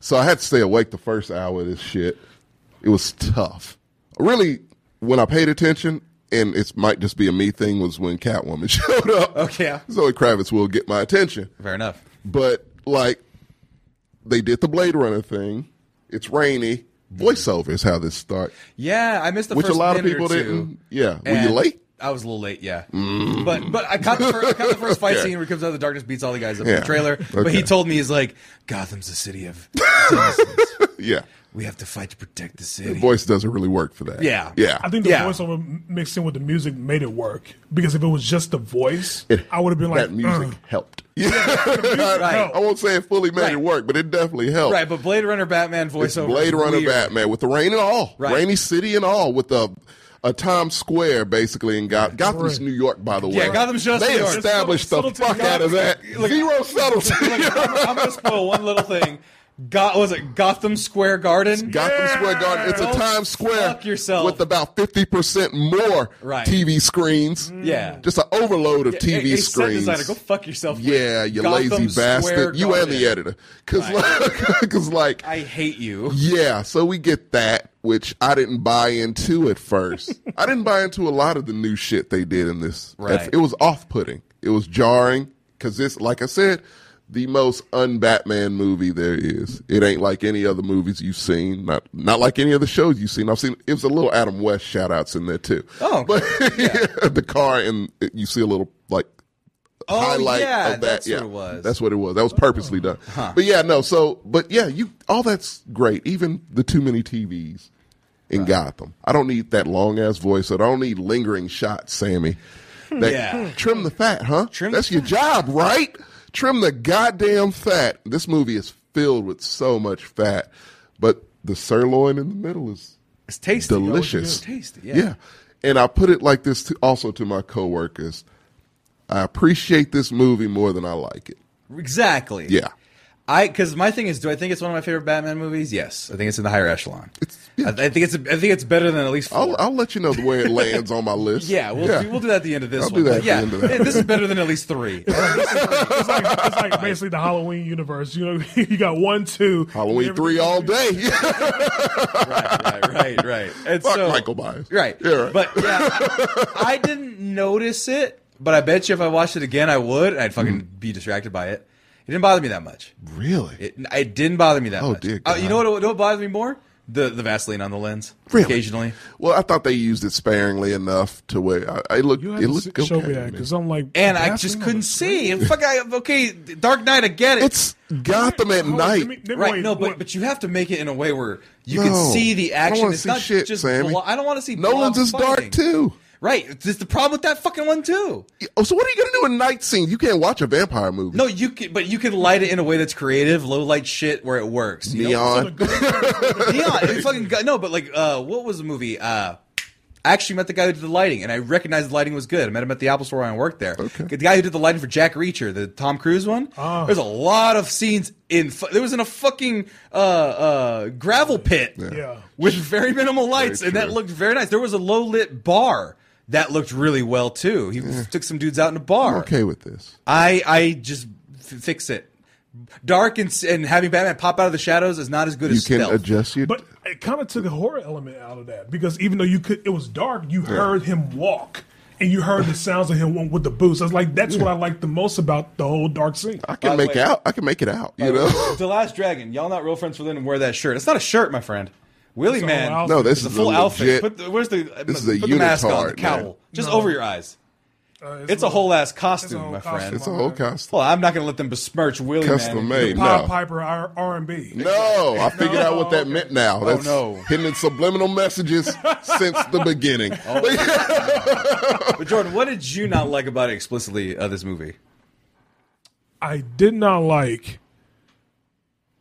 Speaker 2: So I had to stay awake the first hour of this shit. It was tough. Really, when I paid attention, and it might just be a me thing, was when Catwoman showed up.
Speaker 1: Okay.
Speaker 2: Zoe Kravitz will get my attention.
Speaker 1: Fair enough.
Speaker 2: But like, they did the Blade Runner thing. It's rainy. Voiceover is how this starts,
Speaker 1: Yeah, I missed the
Speaker 2: which a
Speaker 1: first
Speaker 2: lot of
Speaker 1: minute
Speaker 2: people
Speaker 1: or 2
Speaker 2: didn't. Yeah, were
Speaker 1: and
Speaker 2: you late? Mm.
Speaker 1: I was a little late, yeah. But but I caught the first, I caught the first fight
Speaker 2: Okay.
Speaker 1: scene where he comes out of the darkness, beats all the guys up in
Speaker 2: Yeah.
Speaker 1: the trailer. But
Speaker 2: Okay.
Speaker 1: he told me he's like, Gotham's a city of citizens.
Speaker 2: Yeah,
Speaker 1: we have to fight to protect the
Speaker 2: the
Speaker 1: city.
Speaker 2: voice doesn't really work for that.
Speaker 1: Yeah.
Speaker 2: yeah.
Speaker 4: I think the
Speaker 1: Yeah.
Speaker 4: voiceover m- mixed in with the music made it work because if it was just the voice,
Speaker 2: It-
Speaker 4: I would have been like, uh.
Speaker 2: that music
Speaker 4: "Ugh."
Speaker 2: helped. Yeah, I, I won't say it fully made it
Speaker 1: Right.
Speaker 2: work, but it definitely helped.
Speaker 1: Right, but Blade Runner Batman
Speaker 2: It's
Speaker 1: voiceover.
Speaker 2: Blade
Speaker 1: is
Speaker 2: Runner
Speaker 1: weird.
Speaker 2: Batman with the rain and all,
Speaker 1: Right.
Speaker 2: rainy city and all, with a a Times Square basically in Gotham. Gotham's New York, by the way.
Speaker 1: Yeah, Gotham's just
Speaker 2: they
Speaker 1: New York.
Speaker 2: established
Speaker 4: There's
Speaker 2: the
Speaker 4: subtle-
Speaker 2: fuck out of that zero subtlety.
Speaker 1: Look, I'm, I'm gonna spoil one little thing. Got was it Gotham Square Garden?
Speaker 2: Gotham
Speaker 4: Yeah.
Speaker 2: Square Garden. It's a
Speaker 1: Don't
Speaker 2: Times Square
Speaker 1: fuck yourself.
Speaker 2: with about fifty percent more
Speaker 1: Right.
Speaker 2: TV screens.
Speaker 1: Yeah.
Speaker 2: just an overload of TV
Speaker 1: Hey, hey, set
Speaker 2: screens.
Speaker 1: designer, go fuck yourself. with
Speaker 2: Yeah, you
Speaker 1: Gotham
Speaker 2: lazy
Speaker 1: Square
Speaker 2: bastard. You and
Speaker 1: Garden.
Speaker 2: the editor, because like, 'cause, like,
Speaker 1: I hate you.
Speaker 2: yeah. So we get that, which I didn't buy into at first. I didn't buy into a lot of the new shit they did in this. At-
Speaker 1: Right.
Speaker 2: It was off-putting. It was jarring because this, like I said, the most un-Batman movie there is. It ain't like any other movies you've seen. Not not like any other shows you've seen. I've seen. It was a little Adam West shout-outs in there too.
Speaker 1: Oh,
Speaker 2: but the car and you see a little like
Speaker 1: Oh
Speaker 2: highlight
Speaker 1: yeah,
Speaker 2: of that.
Speaker 1: that's
Speaker 2: yeah,
Speaker 1: what it was.
Speaker 2: that's what it was. That was purposely done. But yeah, no. So, but yeah, you all that's great. Even the too many TVs in Gotham. I don't need that long ass voice. I don't need lingering shots, Sammy. That,
Speaker 1: Hmm. Yeah.
Speaker 2: trim the fat, huh?
Speaker 1: Trim
Speaker 2: that's
Speaker 1: the
Speaker 2: your job, right? Trim the goddamn fat. This movie is filled with so much fat, but the sirloin in the middle is
Speaker 1: It's tasty.
Speaker 2: delicious.
Speaker 1: It's tasty. Yeah.
Speaker 2: yeah. And I put it like this to, also to my coworkers. I appreciate this movie more than I like it.
Speaker 1: Exactly.
Speaker 2: Yeah.
Speaker 1: I because my thing is, do I think it's one of my favorite Batman movies? Yes, I think it's in the higher echelon.
Speaker 2: yeah.
Speaker 1: I, I think it's I think it's better than at least. 4
Speaker 2: I'll, I'll let you know where it lands on my list.
Speaker 1: yeah, we'll Do, we'll do that at the end of this
Speaker 2: I'll do
Speaker 1: one.
Speaker 2: that
Speaker 1: But
Speaker 2: at the
Speaker 1: yeah,
Speaker 2: end of that.
Speaker 1: this is better than at least three.
Speaker 4: "Uh." it's like, it's like basically the Halloween universe. You know, you got one, two,
Speaker 2: Halloween
Speaker 4: everything-
Speaker 2: 3 all day. Yeah.
Speaker 1: right, right, right. And
Speaker 2: Fuck
Speaker 1: so,
Speaker 2: Michael Myers.
Speaker 1: Right.
Speaker 2: Yeah, right.
Speaker 1: But yeah, I, I didn't notice it. But I bet you if I watched it again, I would. and I'd fucking be distracted by it. It didn't bother me that much.
Speaker 2: Really?
Speaker 1: It, it didn't bother me that
Speaker 2: Oh,
Speaker 1: much.
Speaker 2: dear
Speaker 1: Uh, you
Speaker 2: God.
Speaker 1: know what? What bothers me more? The the Vaseline on the lens.
Speaker 2: Really?
Speaker 1: Occasionally.
Speaker 2: well, I thought they used it sparingly enough to where I, I look.
Speaker 4: You
Speaker 2: it
Speaker 4: had
Speaker 2: looked
Speaker 4: to show
Speaker 2: okay
Speaker 4: me
Speaker 2: to
Speaker 4: that
Speaker 2: me.
Speaker 4: because I'm like,
Speaker 1: And I
Speaker 4: that's
Speaker 1: just
Speaker 4: another
Speaker 1: couldn't
Speaker 4: screen.
Speaker 1: see. Fuck, I, okay, Dark Knight, I get it.
Speaker 2: It's Gotham at
Speaker 4: Hold on, let
Speaker 2: night.
Speaker 4: me- let me-
Speaker 1: right.
Speaker 4: wait,
Speaker 1: no, but
Speaker 4: wait.
Speaker 1: but you have to make it in a way where you
Speaker 2: No.
Speaker 1: can see the
Speaker 2: I don't
Speaker 1: action.
Speaker 2: wanna
Speaker 1: It's
Speaker 2: see
Speaker 1: not
Speaker 2: shit,
Speaker 1: just.
Speaker 2: Sammy.
Speaker 1: blo- I don't want to see.
Speaker 2: Nolan's
Speaker 1: blob
Speaker 2: is dark
Speaker 1: fighting.
Speaker 2: too.
Speaker 1: Right. This is the problem with that fucking one too.
Speaker 2: Oh, so what are you gonna do in night scene? You can't watch a vampire movie.
Speaker 1: No, you can, but you can light it in a way that's creative, low light shit where it works. you know?
Speaker 2: neon.
Speaker 1: Neon. It's fucking go- no, but like, uh, what was the movie? Uh, I actually met the guy who did the lighting, and I recognized the lighting was good. I met him at the Apple Store when I worked there. The guy who did the lighting for Jack Reacher, the Tom Cruise one. There's a lot of scenes in. Fu- there was in a fucking uh, uh, gravel pit
Speaker 4: Yeah.
Speaker 1: with very minimal lights, and that
Speaker 2: true.
Speaker 1: looked very nice. There was a low lit bar that looked really well too. He took some dudes out in a bar.
Speaker 2: I'm okay with this.
Speaker 1: I I just f- fix it. Dark and, s- and having Batman pop out of the shadows is not as good
Speaker 2: You
Speaker 1: as
Speaker 2: can
Speaker 1: stealth.
Speaker 2: adjust your.
Speaker 4: But it kind of took a horror element out of that because even though you could, it was dark. You heard him walk, and you heard the sounds of him with the boots. I was like, that's what I liked the most about the whole dark scene.
Speaker 2: I
Speaker 1: By
Speaker 2: can
Speaker 1: the
Speaker 2: make
Speaker 1: way-
Speaker 2: out. I can make it out. You know.
Speaker 1: the Last Dragon. Y'all not real friends for Lynn and wear that shirt. It's not a shirt, my friend. Willie
Speaker 4: a
Speaker 1: man.
Speaker 4: whole outfit.
Speaker 2: No, this
Speaker 1: it's a
Speaker 2: is
Speaker 1: full
Speaker 2: a
Speaker 1: outfit.
Speaker 2: legit-
Speaker 1: Put the, where's the
Speaker 2: this is a
Speaker 1: put the mask on, the
Speaker 2: unitard,
Speaker 1: cowl,
Speaker 2: man.
Speaker 1: just
Speaker 4: No.
Speaker 1: over your eyes.
Speaker 4: Uh,
Speaker 1: It's a whole ass costume,
Speaker 4: whole
Speaker 1: my friend.
Speaker 4: costume.
Speaker 2: It's a whole costume.
Speaker 1: Well, I'm not gonna let them besmirch Willie man.
Speaker 2: Custom made.
Speaker 4: Pied
Speaker 2: No.
Speaker 4: Piper R and B.
Speaker 2: No, I figured out what that
Speaker 4: okay.
Speaker 2: meant now. That's
Speaker 1: no.
Speaker 2: hidden in subliminal messages since the beginning.
Speaker 4: Oh,
Speaker 1: But Jordan, what did you not like about it explicitly of this movie?
Speaker 4: I did not like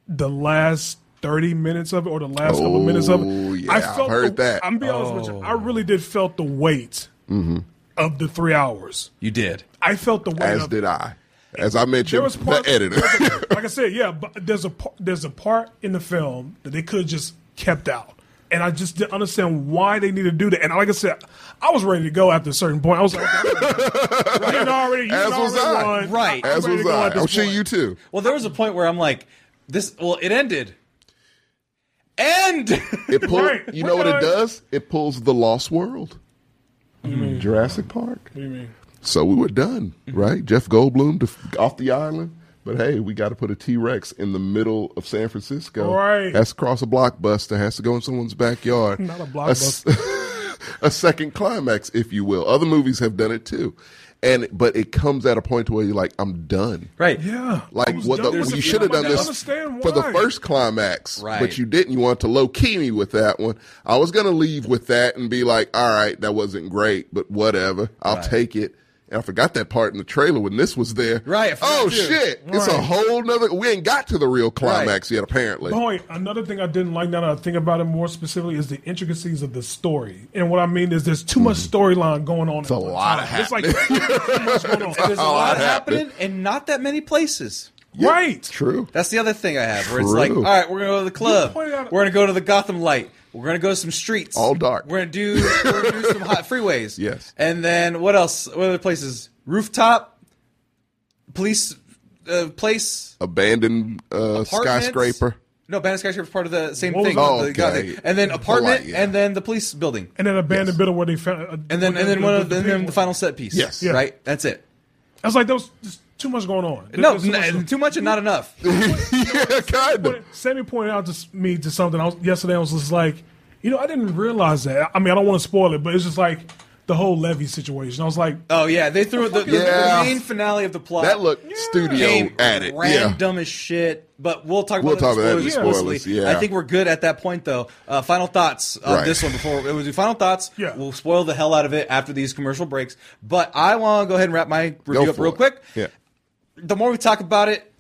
Speaker 4: the last 30 minutes of it or the last couple
Speaker 2: Oh,
Speaker 4: minutes of it.
Speaker 2: yeah,
Speaker 4: I
Speaker 2: I've
Speaker 4: felt
Speaker 2: heard
Speaker 4: the-
Speaker 2: that. Mm-hmm.
Speaker 4: I'm be honest with you.
Speaker 1: Oh.
Speaker 4: I really did felt the weight of the three hours.
Speaker 1: You did.
Speaker 4: I felt the weight
Speaker 2: As
Speaker 4: of
Speaker 2: did I. As I
Speaker 4: there
Speaker 2: mentioned,
Speaker 4: was part
Speaker 2: the editor.
Speaker 4: like I said, yeah, but there's a par- there's a part in the film that they could have just kept out. And I just didn't understand why they needed to do that. And like I said, I was ready to go after a certain point. I was like, you done already, you done
Speaker 2: As was
Speaker 4: already
Speaker 2: I.
Speaker 4: won.
Speaker 1: Right.
Speaker 4: I'm
Speaker 2: As was
Speaker 4: ready to go
Speaker 2: I.
Speaker 4: at this
Speaker 2: I'm sure
Speaker 4: point.
Speaker 2: you too.
Speaker 1: Well, there was a point where I'm like, this. Well, it ended. End.
Speaker 2: It pulls.
Speaker 4: Right.
Speaker 2: You know what
Speaker 4: Right.
Speaker 2: it does? It pulls the Lost World, Jurassic Park.
Speaker 4: What do you mean?
Speaker 2: So we were done, right? Jeff Goldblum to, off the island. But hey, we got to put a T Rex in the middle of San Francisco.
Speaker 4: Right.
Speaker 2: Has to cross a blockbuster, has to go in someone's backyard.
Speaker 4: Not a
Speaker 2: s- A, second climax, if you will. Other movies have done it too. And but it comes at a point to where you're like, I'm done.
Speaker 1: right.
Speaker 4: Yeah. I
Speaker 2: Like
Speaker 4: was
Speaker 2: what
Speaker 4: done
Speaker 2: the,
Speaker 1: There's
Speaker 4: with
Speaker 2: you
Speaker 1: a-
Speaker 4: it.
Speaker 2: should have
Speaker 1: I
Speaker 2: done this
Speaker 4: understand
Speaker 2: for the
Speaker 4: why.
Speaker 2: first climax,
Speaker 1: Right.
Speaker 2: but you didn't. You want to low key me with that one. I was gonna leave with that and be like, all right, that wasn't great, but whatever, I'll take it. And I forgot that part in the trailer when this was there.
Speaker 1: Right, I forgot
Speaker 2: Oh
Speaker 1: too.
Speaker 2: shit! It's a
Speaker 4: Right.
Speaker 2: whole nother. We ain't got to the real climax yet. Apparently,
Speaker 4: Point. Another thing I didn't like now that I think about it more specifically is the intricacies of the story. And what I mean is there's too much storyline going on. It's
Speaker 2: Mm. a lot of
Speaker 4: It's like too much going on.
Speaker 1: There's a
Speaker 2: Oh,
Speaker 1: lot
Speaker 2: that
Speaker 1: happening and not that many places.
Speaker 4: Right.
Speaker 2: true.
Speaker 1: That's the other thing I have where it's like, all
Speaker 2: True.
Speaker 1: right, we're gonna go to the club.
Speaker 4: pointed out-
Speaker 1: We're gonna go to the Gotham Light. We're gonna go to some streets.
Speaker 2: All dark.
Speaker 1: We're gonna do, we're gonna do some hot freeways.
Speaker 2: Yes.
Speaker 1: And then what else? What other places? Rooftop, police uh, place,
Speaker 2: Abandoned uh,
Speaker 1: apartments.
Speaker 2: skyscraper.
Speaker 1: No, Bandit Skyscraper is part of the same
Speaker 4: What was
Speaker 1: thing.
Speaker 4: it?
Speaker 1: the Gotham
Speaker 2: Oh, Okay.
Speaker 1: thing. And then apartment,
Speaker 2: Polite, yeah.
Speaker 1: and then the police building,
Speaker 4: And then abandoned yes. where they found. uh,
Speaker 1: and then
Speaker 4: where
Speaker 1: and
Speaker 4: they-
Speaker 1: then one of
Speaker 4: the
Speaker 1: and then
Speaker 4: people-
Speaker 1: the final set piece.
Speaker 2: Yes.
Speaker 4: Yeah.
Speaker 1: Right. That's it.
Speaker 4: I was like, there was just too much going on. There-
Speaker 1: No,
Speaker 4: there's too much
Speaker 1: n-
Speaker 4: stuff.
Speaker 1: too much and not enough.
Speaker 2: yeah, kind of.
Speaker 4: But Sammy pointed out to s- me to something I was, yesterday. I was just like, you know, I didn't realize that. I mean, I don't want to spoil it, but it's just like the whole Levy situation. I was like,
Speaker 1: Oh yeah, they threw the, the,
Speaker 2: Yeah.
Speaker 1: the main finale of the plot.
Speaker 2: That looked studio
Speaker 1: Came
Speaker 2: at it. Yeah.
Speaker 1: Random as shit, but we'll talk about
Speaker 2: We'll
Speaker 1: it
Speaker 2: talk about that in
Speaker 1: spoilers
Speaker 2: the
Speaker 1: explicitly.
Speaker 2: spoilers, yeah.
Speaker 1: I think we're good at that point, though. Uh, final thoughts on
Speaker 2: Right.
Speaker 1: this one before we do final thoughts.
Speaker 4: Yeah.
Speaker 1: We'll spoil the hell out of it after these commercial breaks, but I want to go ahead and wrap my
Speaker 2: Go
Speaker 1: review up
Speaker 2: for
Speaker 1: real
Speaker 2: it.
Speaker 1: quick.
Speaker 2: Yeah.
Speaker 1: The more we talk about it,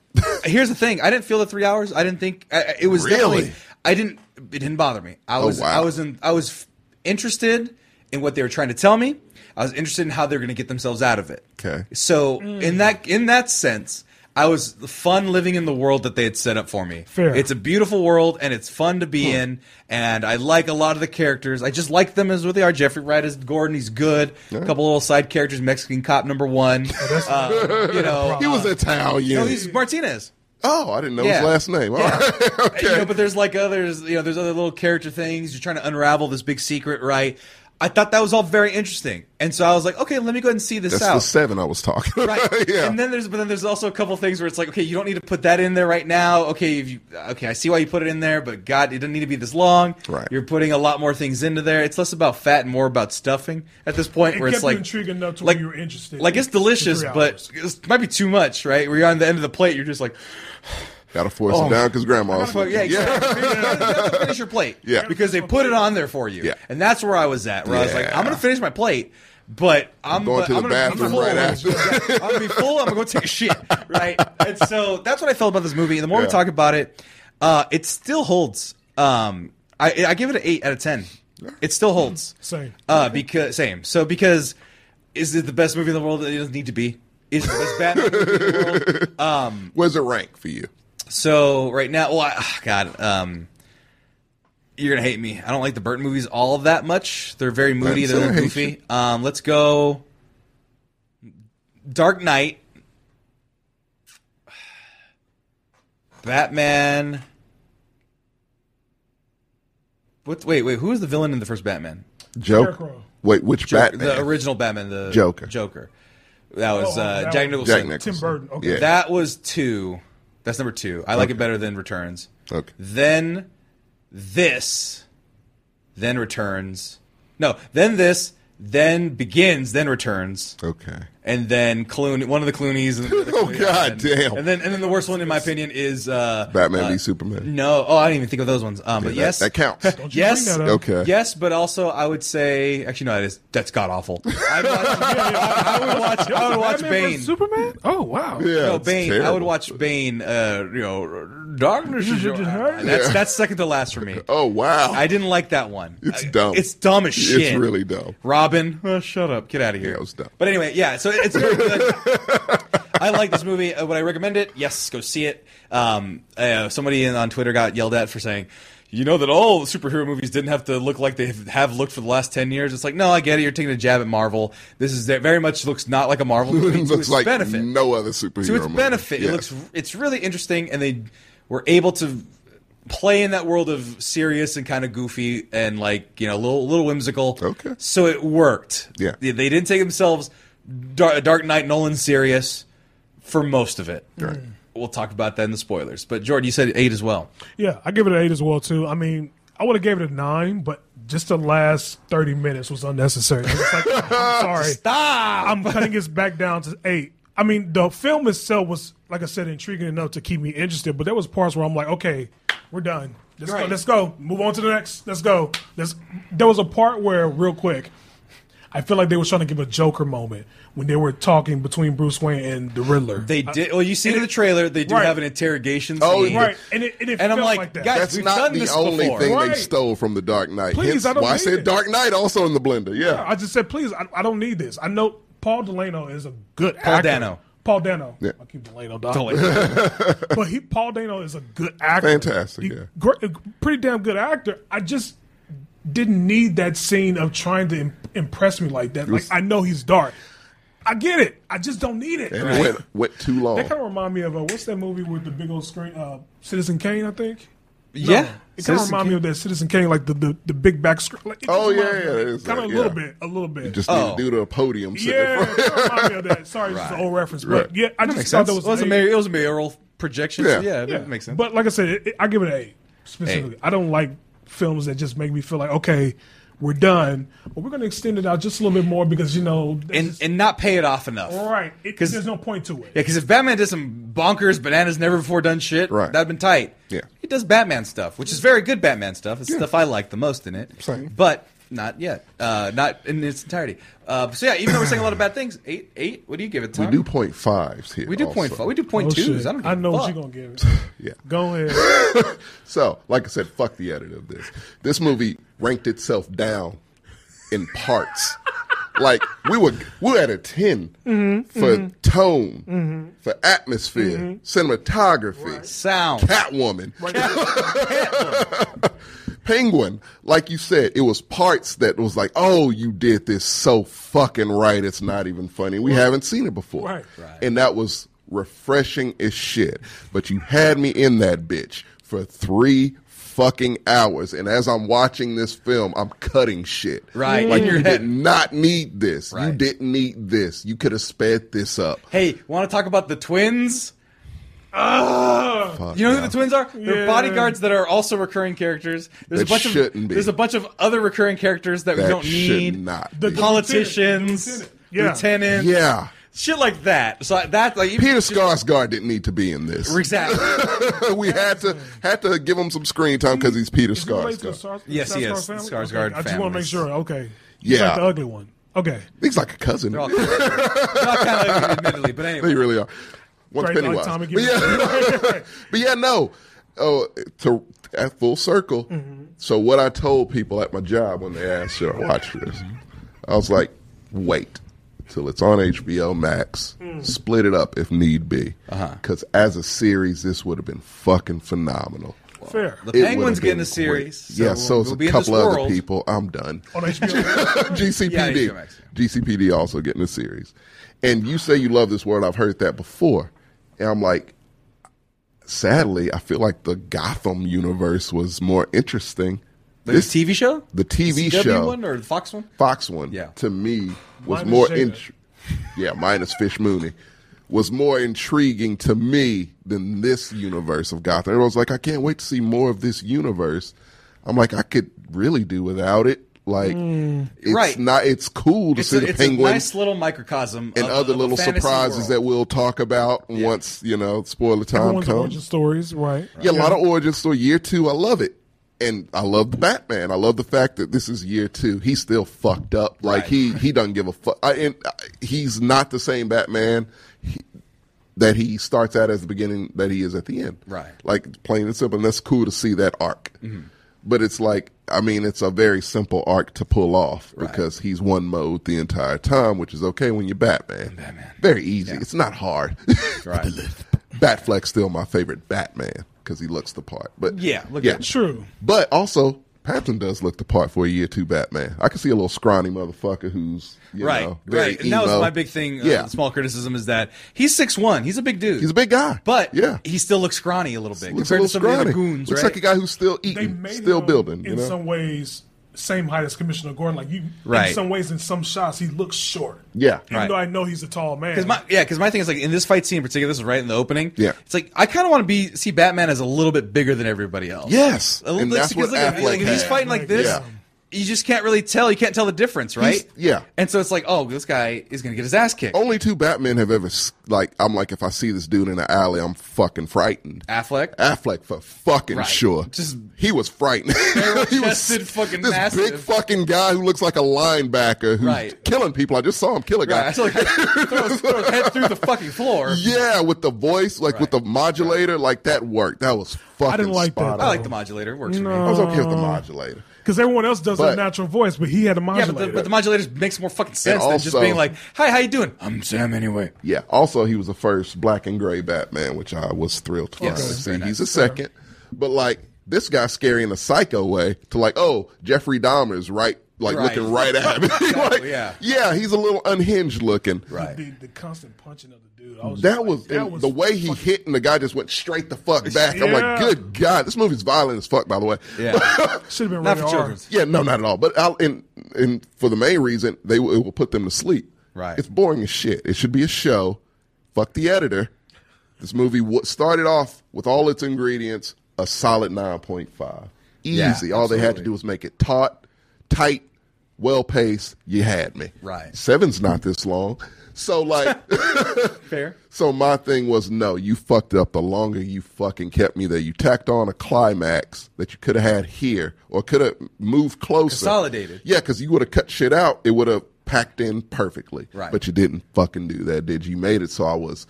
Speaker 1: here's the thing: I didn't feel the three hours. I didn't think I- I, it was
Speaker 2: Really? Oh,
Speaker 1: definitely. I didn't. It didn't bother me. I was.
Speaker 2: wow.
Speaker 1: I was in. I was f- interested in what they were trying to tell me. I was interested in how they're going to get themselves out of it.
Speaker 2: Okay.
Speaker 1: So in that in that sense, I was fun living in the world that they had set up for me.
Speaker 4: Fair.
Speaker 1: It's a beautiful world and it's fun to be in. And I like a lot of the characters. I just like them as what they are. Jeffrey Wright is Gordon. He's good. A couple little side characters. Mexican cop number one. Uh, you know.
Speaker 2: He was Italian.
Speaker 1: no, he's Martinez.
Speaker 2: oh, I didn't know
Speaker 1: Yeah.
Speaker 2: his last name. All
Speaker 1: Yeah.
Speaker 2: right. okay.
Speaker 1: You know, but there's like others, you know, there's other little character things. You're trying to unravel this big secret, right? I thought that was all very interesting, and so I was like, okay, let me go ahead and see this
Speaker 2: That's
Speaker 1: out.
Speaker 2: the seven I was talking about.
Speaker 1: Right.
Speaker 2: yeah.
Speaker 1: And then there's but then there's also a couple things where it's like, okay, you don't need to put that in there right now. Okay, if you okay, I see why you put it in there, but God, it doesn't need to be this long.
Speaker 2: Right.
Speaker 1: You're putting a lot more things into there. It's less about fat and more about stuffing at this point
Speaker 4: It
Speaker 1: where
Speaker 4: kept
Speaker 1: it's like
Speaker 4: you intrigued enough to
Speaker 1: like-
Speaker 4: where you were interested.
Speaker 1: Like it's
Speaker 4: for three
Speaker 1: delicious, but
Speaker 4: hours.
Speaker 1: it might be too much, right? Where you're on the end of the plate, you're just like,
Speaker 2: Gotta force
Speaker 1: Oh,
Speaker 2: it down because grandma's.
Speaker 1: fuck, yeah, exactly. You have to finish your plate,
Speaker 2: Yeah.
Speaker 1: because they put it on there for you,
Speaker 2: Yeah.
Speaker 1: and that's where I was at, where I was like,
Speaker 2: Yeah.
Speaker 1: I'm gonna finish my plate, but I'm,
Speaker 2: going
Speaker 1: but
Speaker 2: to the
Speaker 1: I'm gonna,
Speaker 2: bathroom
Speaker 1: I'm full.
Speaker 2: right after.
Speaker 1: Yeah, I'm gonna be full. I'm gonna go take a shit, right? And so that's what I felt about this movie. And the more we
Speaker 2: Yeah.
Speaker 1: talk about it, uh, it still holds. Um, I, I give it an eight out of ten. It still holds.
Speaker 4: Same.
Speaker 1: Uh, because same. So because is it the best movie in the world? It doesn't need to be. Is it the best Batman movie in the world?
Speaker 2: Where's it rank for you?
Speaker 1: So right now, well, I, ah, God, um, you're gonna hate me. I don't like the Burton movies all that much. They're very moody.
Speaker 2: I'm
Speaker 1: They're a
Speaker 2: sorry.
Speaker 1: little goofy. Um, let's go. Dark Knight, Batman. What? Wait, wait. Who was the villain in the first Batman?
Speaker 2: Joker.
Speaker 4: Scarecrow.
Speaker 2: Wait, which
Speaker 1: Joker,
Speaker 2: Batman?
Speaker 1: The original Batman, the
Speaker 2: Joker.
Speaker 1: Joker. That was
Speaker 4: Oh,
Speaker 1: uh,
Speaker 4: that
Speaker 1: Jack
Speaker 4: was-
Speaker 1: Nicholson.
Speaker 2: Jack Nicholson.
Speaker 4: Tim Burton. Okay.
Speaker 2: Yeah.
Speaker 1: That was two. That's number two. I like it better than Returns.
Speaker 2: Okay.
Speaker 1: Then this, then returns. No, then this, then begins, then returns,
Speaker 2: Okay.
Speaker 1: and then Clooney. One of the Clooney's. And the
Speaker 2: Oh,
Speaker 1: Clooney-
Speaker 2: God
Speaker 1: and,
Speaker 2: damn.
Speaker 1: And then and then the worst one in my opinion is uh,
Speaker 2: Batman
Speaker 1: uh,
Speaker 2: v Superman.
Speaker 1: No, oh, I didn't even think of those ones. Um, but
Speaker 2: That-
Speaker 1: yes,
Speaker 2: That counts.
Speaker 4: Don't you
Speaker 1: Yes.
Speaker 4: bring that up.
Speaker 2: Okay.
Speaker 1: Yes, but also I would say actually no, that is that's god awful. I'd watch- I would watch. I would watch
Speaker 4: Batman
Speaker 1: Bane.
Speaker 4: versus Superman? Oh wow.
Speaker 2: Yeah,
Speaker 1: no,
Speaker 2: it's
Speaker 1: Bane. I would
Speaker 2: terrible.
Speaker 1: watch Bane. Uh, you know, r- r- Darkness is your ally. That's that's second to last for me.
Speaker 2: Oh wow.
Speaker 1: I didn't like that one.
Speaker 2: It's
Speaker 1: I-
Speaker 2: dumb.
Speaker 1: It's dumb as shit.
Speaker 2: It's really dumb.
Speaker 1: Robin, uh, shut up, get out of here.
Speaker 2: Yeah, it was dumb.
Speaker 1: But anyway, yeah. So it's very good. I like this movie. Uh, would I recommend it? Yes, go see it. Um, uh, somebody in- on Twitter got yelled at for saying. You know that all superhero movies didn't have to look like they have looked for the last ten years. It's like, no, I get it. You're taking a jab at Marvel. This is it very much looks not like a Marvel movie.
Speaker 2: It
Speaker 1: to
Speaker 2: looks
Speaker 1: its
Speaker 2: like
Speaker 1: benefit
Speaker 2: no other superhero.
Speaker 1: to its
Speaker 2: movie.
Speaker 1: benefit.
Speaker 2: Yes.
Speaker 1: It looks it's really interesting, and they were able to play in that world of serious and kind of goofy and like you know a little little whimsical.
Speaker 2: Okay.
Speaker 1: so it worked.
Speaker 2: Yeah.
Speaker 1: they, they didn't take themselves Dark, Dark Knight Nolan serious for most of it. Right. We'll talk about that in the spoilers. But Jordan, you said eight as well.
Speaker 4: Yeah, I give it an eight as well too. I mean, I would have gave it a nine, but just the last thirty minutes was unnecessary. I was like, I'm sorry,
Speaker 1: Stop.
Speaker 4: I'm cutting this back down to eight. I mean, the film itself was, like I said, intriguing enough to keep me interested, but there was parts where I'm like, okay, we're done. Let's go.
Speaker 1: Right.
Speaker 4: Let's go. Move on to the next. Let's go. Let's, there was a part where, real quick, I feel like they were trying to give a Joker moment when they were talking between Bruce Wayne and the Riddler.
Speaker 1: They did. Well, you see it in the trailer. They do
Speaker 4: Right.
Speaker 1: have an interrogation.
Speaker 2: Oh,
Speaker 1: scene.
Speaker 2: yeah.
Speaker 4: right, and it, and it
Speaker 1: And I'm
Speaker 4: felt
Speaker 1: like,
Speaker 4: that.
Speaker 1: guys,
Speaker 2: That's
Speaker 1: We've
Speaker 2: not
Speaker 1: done
Speaker 2: the
Speaker 1: this
Speaker 2: only
Speaker 1: before.
Speaker 2: thing they
Speaker 4: Right.
Speaker 2: stole from the Dark Knight.
Speaker 4: Please,
Speaker 2: Hence
Speaker 4: I don't
Speaker 2: why I
Speaker 4: need
Speaker 2: said
Speaker 4: it.
Speaker 2: Dark Knight also in the blender. Yeah.
Speaker 4: I just said, please, I, I don't need this. I know Paul Delano is a good
Speaker 1: Paul
Speaker 4: actor.
Speaker 1: Dano.
Speaker 4: Paul Dano.
Speaker 2: Yeah.
Speaker 4: I keep Delano, dog. but he, Paul Dano is a good actor.
Speaker 2: Fantastic,
Speaker 4: He-
Speaker 2: yeah.
Speaker 4: Great, pretty damn good actor. I just didn't need that scene of trying to im- impress me like that. Like, I know he's dark. I get it. I just don't need it.
Speaker 2: And
Speaker 4: Right.
Speaker 2: it went, went too long.
Speaker 4: That kind of remind me of, uh, what's that movie with the big old screen? Uh, Citizen Kane, I think.
Speaker 1: Yeah.
Speaker 4: It kind of
Speaker 1: Citizen
Speaker 4: remind me
Speaker 1: Kane.
Speaker 4: of that Citizen Kane, like the, the, the big back screen. Like,
Speaker 2: Oh, yeah, yeah, it is
Speaker 4: Kind of
Speaker 2: that,
Speaker 4: a little
Speaker 2: yeah.
Speaker 4: bit, a little bit.
Speaker 2: just
Speaker 1: Oh.
Speaker 2: need to do to a podium. sitting in
Speaker 4: Yeah,
Speaker 2: front.
Speaker 4: that reminded me of that. Sorry, it's an old reference, but
Speaker 2: Right.
Speaker 4: yeah, I
Speaker 1: Makes
Speaker 4: just
Speaker 1: sense.
Speaker 4: thought that
Speaker 1: It
Speaker 4: was,
Speaker 1: was a
Speaker 4: an
Speaker 1: mayor-
Speaker 4: eight.
Speaker 1: it was a mayoral projection.
Speaker 2: Yeah.
Speaker 1: so yeah, that
Speaker 4: Yeah.
Speaker 1: makes sense.
Speaker 4: But like I said, it, it- I give it an eight specifically. I don't like films that just make me feel like okay, we're done, but we're going to extend it out just a little bit more because you know, that's
Speaker 1: and
Speaker 4: just-
Speaker 1: and not pay it off enough.
Speaker 4: all right, it,
Speaker 1: 'cause-
Speaker 4: there's no point to it.
Speaker 1: Yeah, because if Batman did some bonkers, bananas, never before done shit,
Speaker 2: Right.
Speaker 1: that'd been tight.
Speaker 2: Yeah.
Speaker 1: he does Batman stuff, which is very good Batman stuff. It's stuff I like the most in it.
Speaker 2: Same.
Speaker 1: But not yet, uh, not in its entirety. Uh, so yeah, even though we're saying a lot of bad things, eight, eight. What do you give it? Tom?
Speaker 2: We do point fives here.
Speaker 1: We do
Speaker 2: also.
Speaker 1: point five. We do
Speaker 4: Oh,
Speaker 1: point
Speaker 4: shit.
Speaker 1: twos. I don't. Give
Speaker 4: I know
Speaker 1: a
Speaker 4: what
Speaker 1: fuck.
Speaker 4: you're going to give. it.
Speaker 2: Yeah.
Speaker 4: Go ahead.
Speaker 2: So, like I said, fuck the edit of this. This movie ranked itself down in parts. like we were we were at a 10
Speaker 1: Mm-hmm.
Speaker 2: for tone, for atmosphere, cinematography,
Speaker 1: Sound.
Speaker 2: Catwoman, Penguin. Like you said, it was parts that was like, oh, you did this so fucking right. It's not even funny. We haven't seen it before,
Speaker 4: Right. Right.
Speaker 2: and that was refreshing as shit. But you had me in that bitch for three fucking hours. And as I'm watching this film, I'm cutting shit.
Speaker 1: Right,
Speaker 2: Like
Speaker 1: in your
Speaker 2: you
Speaker 1: head.
Speaker 2: did not need this. You
Speaker 1: Right.
Speaker 2: didn't need this. You could have sped this up.
Speaker 1: Hey, want to talk about the twins?
Speaker 2: Fuck
Speaker 1: You know
Speaker 2: no.
Speaker 1: who the twins are? They're
Speaker 4: Yeah.
Speaker 1: bodyguards that are also recurring characters. There's a
Speaker 2: That
Speaker 1: bunch of
Speaker 2: shouldn't be.
Speaker 1: there's a bunch of other recurring characters that,
Speaker 2: That
Speaker 1: we don't
Speaker 2: should
Speaker 1: need.
Speaker 2: not
Speaker 1: the
Speaker 2: be.
Speaker 1: politicians,
Speaker 4: Lieutenant. Yeah.
Speaker 1: lieutenants,
Speaker 2: Yeah.
Speaker 1: shit like that. So that like even
Speaker 2: Peter Skarsgård didn't need to be in this.
Speaker 1: exactly.
Speaker 2: we had to had to give him some screen time because he's Peter
Speaker 4: Is he related to the
Speaker 2: Skarsgård.
Speaker 4: Scar-
Speaker 1: Yes,
Speaker 4: Skarsgård
Speaker 1: he is.
Speaker 4: family?
Speaker 1: Skarsgård
Speaker 4: Okay, I just want to
Speaker 1: families.
Speaker 4: make sure. Okay. He's
Speaker 2: Yeah.
Speaker 4: like the ugly one. Okay.
Speaker 2: He's like a cousin.
Speaker 1: They're all, they're all kind of admittedly, but
Speaker 2: They
Speaker 1: anyway.
Speaker 2: really are. One's
Speaker 4: Great, like
Speaker 2: Pennywise.
Speaker 4: Tommy
Speaker 2: but, yeah,
Speaker 4: Gibbons.
Speaker 2: but yeah, no. Oh, to at full circle.
Speaker 4: Mm-hmm.
Speaker 2: So what I told people at my job when they asked, "Should I watch this?"
Speaker 4: Mm-hmm.
Speaker 2: I was like, "Wait till it's on HBO Max.
Speaker 4: Mm.
Speaker 2: Split it up if need be.
Speaker 1: Uh-huh.
Speaker 2: Because as a series, this would have been fucking phenomenal."
Speaker 4: Fair.
Speaker 1: The
Speaker 2: It
Speaker 1: Penguins
Speaker 2: would have been
Speaker 1: getting a series.
Speaker 2: great. yeah, so it's
Speaker 1: we'll be
Speaker 2: a
Speaker 1: in this
Speaker 2: couple other
Speaker 1: world.
Speaker 2: people. I'm done.
Speaker 4: On HBO.
Speaker 1: Yeah,
Speaker 2: GCPD.
Speaker 1: HBO Max,
Speaker 2: GCPD also getting a series. And you say you love this word. I've heard that before. And I'm like, sadly, I feel like the Gotham universe was more interesting.
Speaker 1: The TV show,
Speaker 2: the TV
Speaker 1: CW
Speaker 2: show.
Speaker 1: one or the Fox one.
Speaker 2: Fox one
Speaker 1: Yeah.
Speaker 2: to me was
Speaker 4: Minus
Speaker 2: more
Speaker 4: Jada.
Speaker 2: int- yeah minus Fish Mooney was more intriguing to me than this universe of Gotham. Everyone's like, I can't wait to see more of this universe. I'm like, I could really do without it. Like, it's
Speaker 1: Mm. Right.
Speaker 2: not. It's cool to
Speaker 1: It's,
Speaker 2: see
Speaker 1: a,
Speaker 2: the
Speaker 1: it's a
Speaker 2: penguin
Speaker 1: nice little microcosm
Speaker 2: and
Speaker 1: of,
Speaker 2: other
Speaker 1: of a
Speaker 2: little
Speaker 1: fantasy
Speaker 2: surprises
Speaker 1: world.
Speaker 2: that we'll talk about once you know spoiler time
Speaker 4: Everyone's
Speaker 2: comes.
Speaker 4: origin stories, right?
Speaker 2: Yeah, a lot of origin story. Year two, I love it. And I love the Batman. I love the fact that this is year two. He's still fucked up. Like
Speaker 1: Right.
Speaker 2: he he doesn't give a fuck. I, and I, he's not the same Batman he, that he starts out as the beginning that he is at the end.
Speaker 1: Right. Mm-hmm.
Speaker 2: Like plain and simple. And that's cool to see that arc. But it's like I mean, it's a very simple arc to pull off because he's one mode the entire time, which is okay when you're Batman. Batman. Very easy. It's not hard.
Speaker 1: Right.
Speaker 2: Batfleck's still my favorite Batman because he looks the part. But
Speaker 1: Yeah, look
Speaker 2: yeah.
Speaker 1: at-
Speaker 4: True.
Speaker 2: But also, Patton does look the part for a year two Batman. I can see a little scrawny motherfucker who's you
Speaker 1: right,
Speaker 2: know, very
Speaker 1: right. And that was
Speaker 2: emo.
Speaker 1: my big thing. Uh,
Speaker 2: Yeah,
Speaker 1: small criticism is that he's six one. He's a big dude.
Speaker 2: he's a big guy.
Speaker 1: but
Speaker 2: yeah,
Speaker 1: he still looks scrawny a little bit
Speaker 2: looks a
Speaker 1: compared
Speaker 2: little
Speaker 1: to some of the
Speaker 2: scrawny.
Speaker 1: other goons.
Speaker 2: looks
Speaker 1: right?
Speaker 2: like a guy who's still
Speaker 4: They
Speaker 2: eating,
Speaker 4: made
Speaker 2: Mm. still
Speaker 4: him,
Speaker 2: building.
Speaker 4: in
Speaker 2: You know?
Speaker 4: some ways same height as Commissioner Gordon. Like you,
Speaker 1: Right.
Speaker 4: in some ways, in some shots, he looks short.
Speaker 2: yeah,
Speaker 4: Even
Speaker 1: Right.
Speaker 4: though I know he's a tall man.
Speaker 1: Cause my, yeah, because my thing is like in this fight scene in particular, this is right in the opening.
Speaker 2: Yeah.
Speaker 1: it's like I kind of want to be see Batman as a little bit bigger than everybody else.
Speaker 2: Yes.
Speaker 1: a little
Speaker 2: And
Speaker 1: bit,
Speaker 2: that's
Speaker 1: because
Speaker 2: what
Speaker 1: look,
Speaker 2: Affleck
Speaker 1: like, if he's
Speaker 2: had.
Speaker 1: fighting like this.
Speaker 2: Yeah.
Speaker 1: You just can't really tell. You can't tell the difference, right?
Speaker 2: yeah. Oh.
Speaker 1: And so it's like, oh, this guy is gonna get his ass kicked.
Speaker 2: Only two Batmen have ever s- like. I'm like, if I see this dude in the alley, I'm fucking frightened.
Speaker 1: Affleck.
Speaker 2: Affleck for fucking
Speaker 1: Right.
Speaker 2: sure.
Speaker 1: Just-
Speaker 2: he was frightening. he
Speaker 1: chested, fucking
Speaker 2: this
Speaker 1: massive.
Speaker 2: big fucking guy who looks like a linebacker who's
Speaker 1: Right.
Speaker 2: killing people. I just saw him kill a guy.
Speaker 1: Right. So like, throw his, throw his head through the fucking floor.
Speaker 2: yeah, with the voice, like with the modulator, like that worked. That was fucking.
Speaker 4: didn't like
Speaker 2: spot
Speaker 4: that.
Speaker 1: I
Speaker 2: on.
Speaker 1: like the modulator. It works for me.
Speaker 2: I was okay with the modulator.
Speaker 4: Because everyone else does
Speaker 2: But-
Speaker 4: a natural voice, but he had a
Speaker 1: Yeah, but
Speaker 4: modulator.
Speaker 1: the, but the modulator makes more fucking sense than just
Speaker 2: also-
Speaker 1: being like, "Hi, how you doing? I'm Sam anyway."
Speaker 2: Yeah. Also, he was the first black and gray Batman, which I was thrilled to
Speaker 1: Yes.
Speaker 2: finally see.
Speaker 1: Very nice.
Speaker 2: He's the second, but like this guy's scary in a psycho way. To like, oh, Jeffrey Dahmer's right, like
Speaker 1: Right.
Speaker 2: looking right at him. Like,
Speaker 1: yeah.
Speaker 2: yeah, he's a little unhinged looking.
Speaker 1: Right.
Speaker 4: the, the constant punching of the dude. I was
Speaker 2: That
Speaker 4: just
Speaker 2: was,
Speaker 4: like, that
Speaker 2: and
Speaker 4: was
Speaker 2: the way he hit, and the guy just went straight the fuck back. I'm like,
Speaker 4: Yeah.
Speaker 2: good god, this movie's violent as fuck. By the way,
Speaker 1: Yeah.
Speaker 4: should have been
Speaker 1: Not
Speaker 4: rated
Speaker 1: for
Speaker 4: R.
Speaker 1: children.
Speaker 2: Yeah, no, not at all. But I'll, and and for the main reason, they will, it will put them to sleep.
Speaker 1: Right.
Speaker 2: It's boring as shit. It should be a show. Fuck the editor. This movie wa- started off with all its ingredients a solid nine point five. Easy.
Speaker 1: Yeah,
Speaker 2: all they had to
Speaker 1: absolutely.
Speaker 2: do was make it taut, tight, well paced. You had me.
Speaker 1: Right.
Speaker 2: Seven's not this long. So like.
Speaker 1: Fair.
Speaker 2: So my thing was, no, you fucked up. The longer you fucking kept me there, you tacked on a climax that you could have had here or could have moved closer,
Speaker 1: Consolidated.
Speaker 2: Yeah, because you would have cut shit out. It would have packed in perfectly.
Speaker 1: Right.
Speaker 2: But you didn't fucking do that, did you? You made it so I was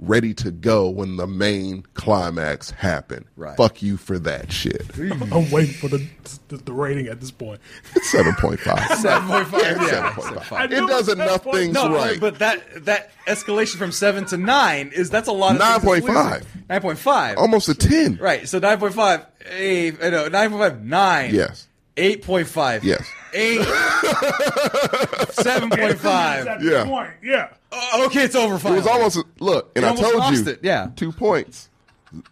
Speaker 2: ready to go when the main climax happened.
Speaker 1: Right.
Speaker 2: Fuck you for that shit.
Speaker 4: I'm waiting for the, the the rating at this point.
Speaker 2: Seven point five.
Speaker 1: Seven point five.
Speaker 2: Seven
Speaker 1: Yeah.
Speaker 2: point five.
Speaker 4: I knew
Speaker 2: It does
Speaker 4: it was
Speaker 2: enough
Speaker 4: 7.5.
Speaker 2: things
Speaker 1: No,
Speaker 2: right.
Speaker 1: but that that escalation from seven to nine is that's a lot. of things to
Speaker 2: 9.5.
Speaker 1: lose. Nine point five.
Speaker 2: Almost a ten.
Speaker 1: Right. So nine point five. Eight. uh, No. Nine point five. Nine.
Speaker 2: Yes.
Speaker 1: Eight point five.
Speaker 2: Yes.
Speaker 1: Eight. Seven point
Speaker 4: At
Speaker 1: five. Oh,
Speaker 4: this
Speaker 2: Yeah.
Speaker 4: point, yeah.
Speaker 1: Okay, it's over.
Speaker 2: It was almost a, look, and I
Speaker 1: almost
Speaker 2: told
Speaker 1: lost
Speaker 2: you,
Speaker 1: it, yeah.
Speaker 2: two points.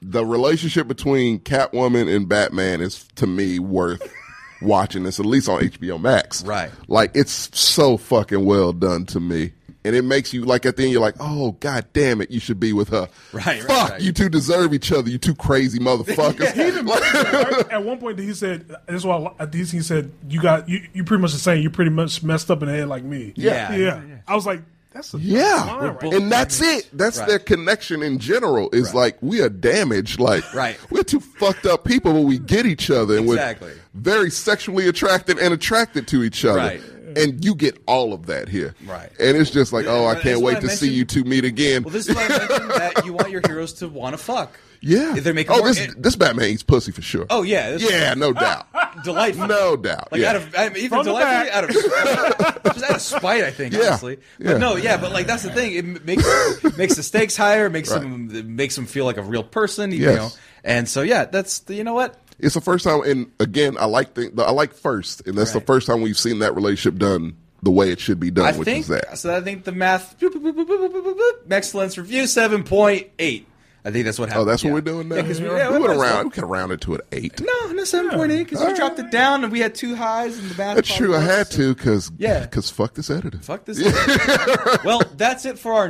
Speaker 2: the relationship between Catwoman and Batman is to me worth watching this, at least on HBO Max.
Speaker 1: Right.
Speaker 2: Like it's so fucking well done to me. And it makes you like at the end you're like, oh god damn it, you should be with her.
Speaker 1: Right, right,
Speaker 2: Fuck,
Speaker 1: right.
Speaker 2: you two deserve each other, you two crazy motherfuckers.
Speaker 4: Right? At one point, he said, "That's why." I li- At DC, he said, "You got you. You pretty much the same. You pretty much messed up in the head like me."
Speaker 1: Yeah.
Speaker 4: yeah. I was like, "That's a
Speaker 2: yeah.
Speaker 4: line right there.
Speaker 2: and that's it. That's
Speaker 1: Right.
Speaker 2: their connection in general. Is like we are damaged. Like
Speaker 1: Right.
Speaker 2: we're two fucked up people, but we get each other, and
Speaker 1: Exactly.
Speaker 2: we're very sexually attracted and attracted to each other.
Speaker 1: Right.
Speaker 2: And you get all of that here.
Speaker 1: Right.
Speaker 2: And it's just like, oh, I
Speaker 1: That's
Speaker 2: can't
Speaker 1: why
Speaker 2: wait
Speaker 1: I
Speaker 2: to see
Speaker 1: mentioned-
Speaker 2: you two meet again.
Speaker 1: Well, this is why I mentioned that you want your heroes to want to fuck.
Speaker 2: yeah.
Speaker 1: If they're making
Speaker 2: oh,
Speaker 1: more-
Speaker 2: this
Speaker 1: it-
Speaker 2: this Batman eats pussy for sure.
Speaker 1: Oh yeah, this is
Speaker 2: yeah, no doubt,
Speaker 1: delightful.
Speaker 2: no doubt.
Speaker 1: Like
Speaker 2: yeah.
Speaker 1: out of I mean, even
Speaker 4: From the
Speaker 1: delightfully
Speaker 4: back.
Speaker 1: out of just out of spite, I think.
Speaker 2: Yeah.
Speaker 1: Honestly, but
Speaker 2: Yeah.
Speaker 1: no, yeah, but like that's the thing. It m- makes makes the stakes higher. Makes them it makes them feel like a real person. You
Speaker 2: Yes.
Speaker 1: know, and so yeah, that's the, you know what.
Speaker 2: it's the first time, and again, I like the, the I like first, and that's the
Speaker 1: Right.
Speaker 2: first time we've seen that relationship done the way it should be done,
Speaker 1: I
Speaker 2: which
Speaker 1: think
Speaker 2: is that.
Speaker 1: so. I think the math. boop, boop, boop, boop, boop, boop, boop, boop, excellence review seven point eight. I think that's what
Speaker 2: Oh,
Speaker 1: happened.
Speaker 2: that's
Speaker 1: Yeah.
Speaker 2: what we're doing now.
Speaker 1: Yeah, 'cause we- yeah,
Speaker 2: we
Speaker 1: we
Speaker 2: would
Speaker 1: might
Speaker 2: have
Speaker 1: as well.
Speaker 2: round, we could have rounded to an eight.
Speaker 1: No, no seven point eight because you dropped it down and we had two highs and the bad.
Speaker 2: that's
Speaker 1: part
Speaker 2: true. I
Speaker 1: was-
Speaker 2: had to because
Speaker 1: Yeah.
Speaker 2: fuck this editor.
Speaker 1: Fuck this. well, that's it for our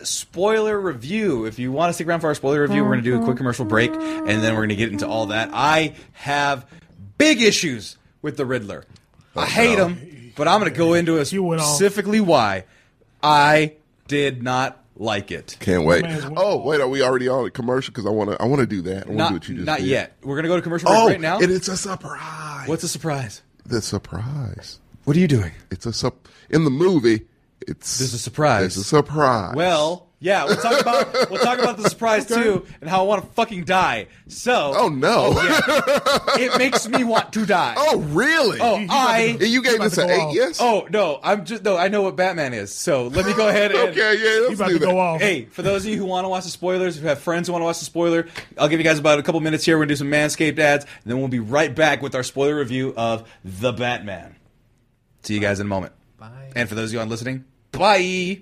Speaker 1: non-spoiler review. If you want to stick around for our spoiler review, we're going to do a quick commercial break, and then we're going to get into all that. I have big issues with the Riddler.
Speaker 2: Oh,
Speaker 1: I hate him, but I'm going to go into it
Speaker 4: He went off.
Speaker 1: specifically why I did not like it.
Speaker 2: Can't wait.
Speaker 4: Might as well.
Speaker 2: Oh wait, are we already on a commercial? Because I want to. I want to do that. I want to
Speaker 1: Not,
Speaker 2: do what you just
Speaker 1: not
Speaker 2: did.
Speaker 1: yet. We're going to go to commercial break
Speaker 2: Oh,
Speaker 1: right now.
Speaker 2: and it's a surprise.
Speaker 1: What's a surprise?
Speaker 2: the surprise?
Speaker 1: What are you doing?
Speaker 2: It's a sup. In the movie, it's
Speaker 1: There's a surprise.
Speaker 2: It's a surprise.
Speaker 1: Well, yeah, we'll talk about we'll talk about the surprise too, and how I want to fucking die. So,
Speaker 2: Oh, no.
Speaker 1: yeah. it makes me want to die.
Speaker 2: Oh really?
Speaker 1: Oh,
Speaker 2: and
Speaker 1: I.
Speaker 2: you gave
Speaker 4: about
Speaker 2: this
Speaker 4: to
Speaker 2: an
Speaker 4: go
Speaker 2: eight?
Speaker 4: off.
Speaker 2: Yes.
Speaker 1: Oh no, I'm just no. I know what Batman is, so let me go ahead and.
Speaker 2: Okay. Yeah. Let's
Speaker 4: You about
Speaker 2: do
Speaker 4: to
Speaker 2: that.
Speaker 4: go off?
Speaker 1: Hey, for those of you who want to watch the spoilers, if you have friends who want to watch the spoiler, I'll give you guys about a couple minutes here. We're gonna do some Manscaped ads, and then we'll be right back with our spoiler review of the Batman. See you guys in a moment. Bye. And for those of you on listening, bye.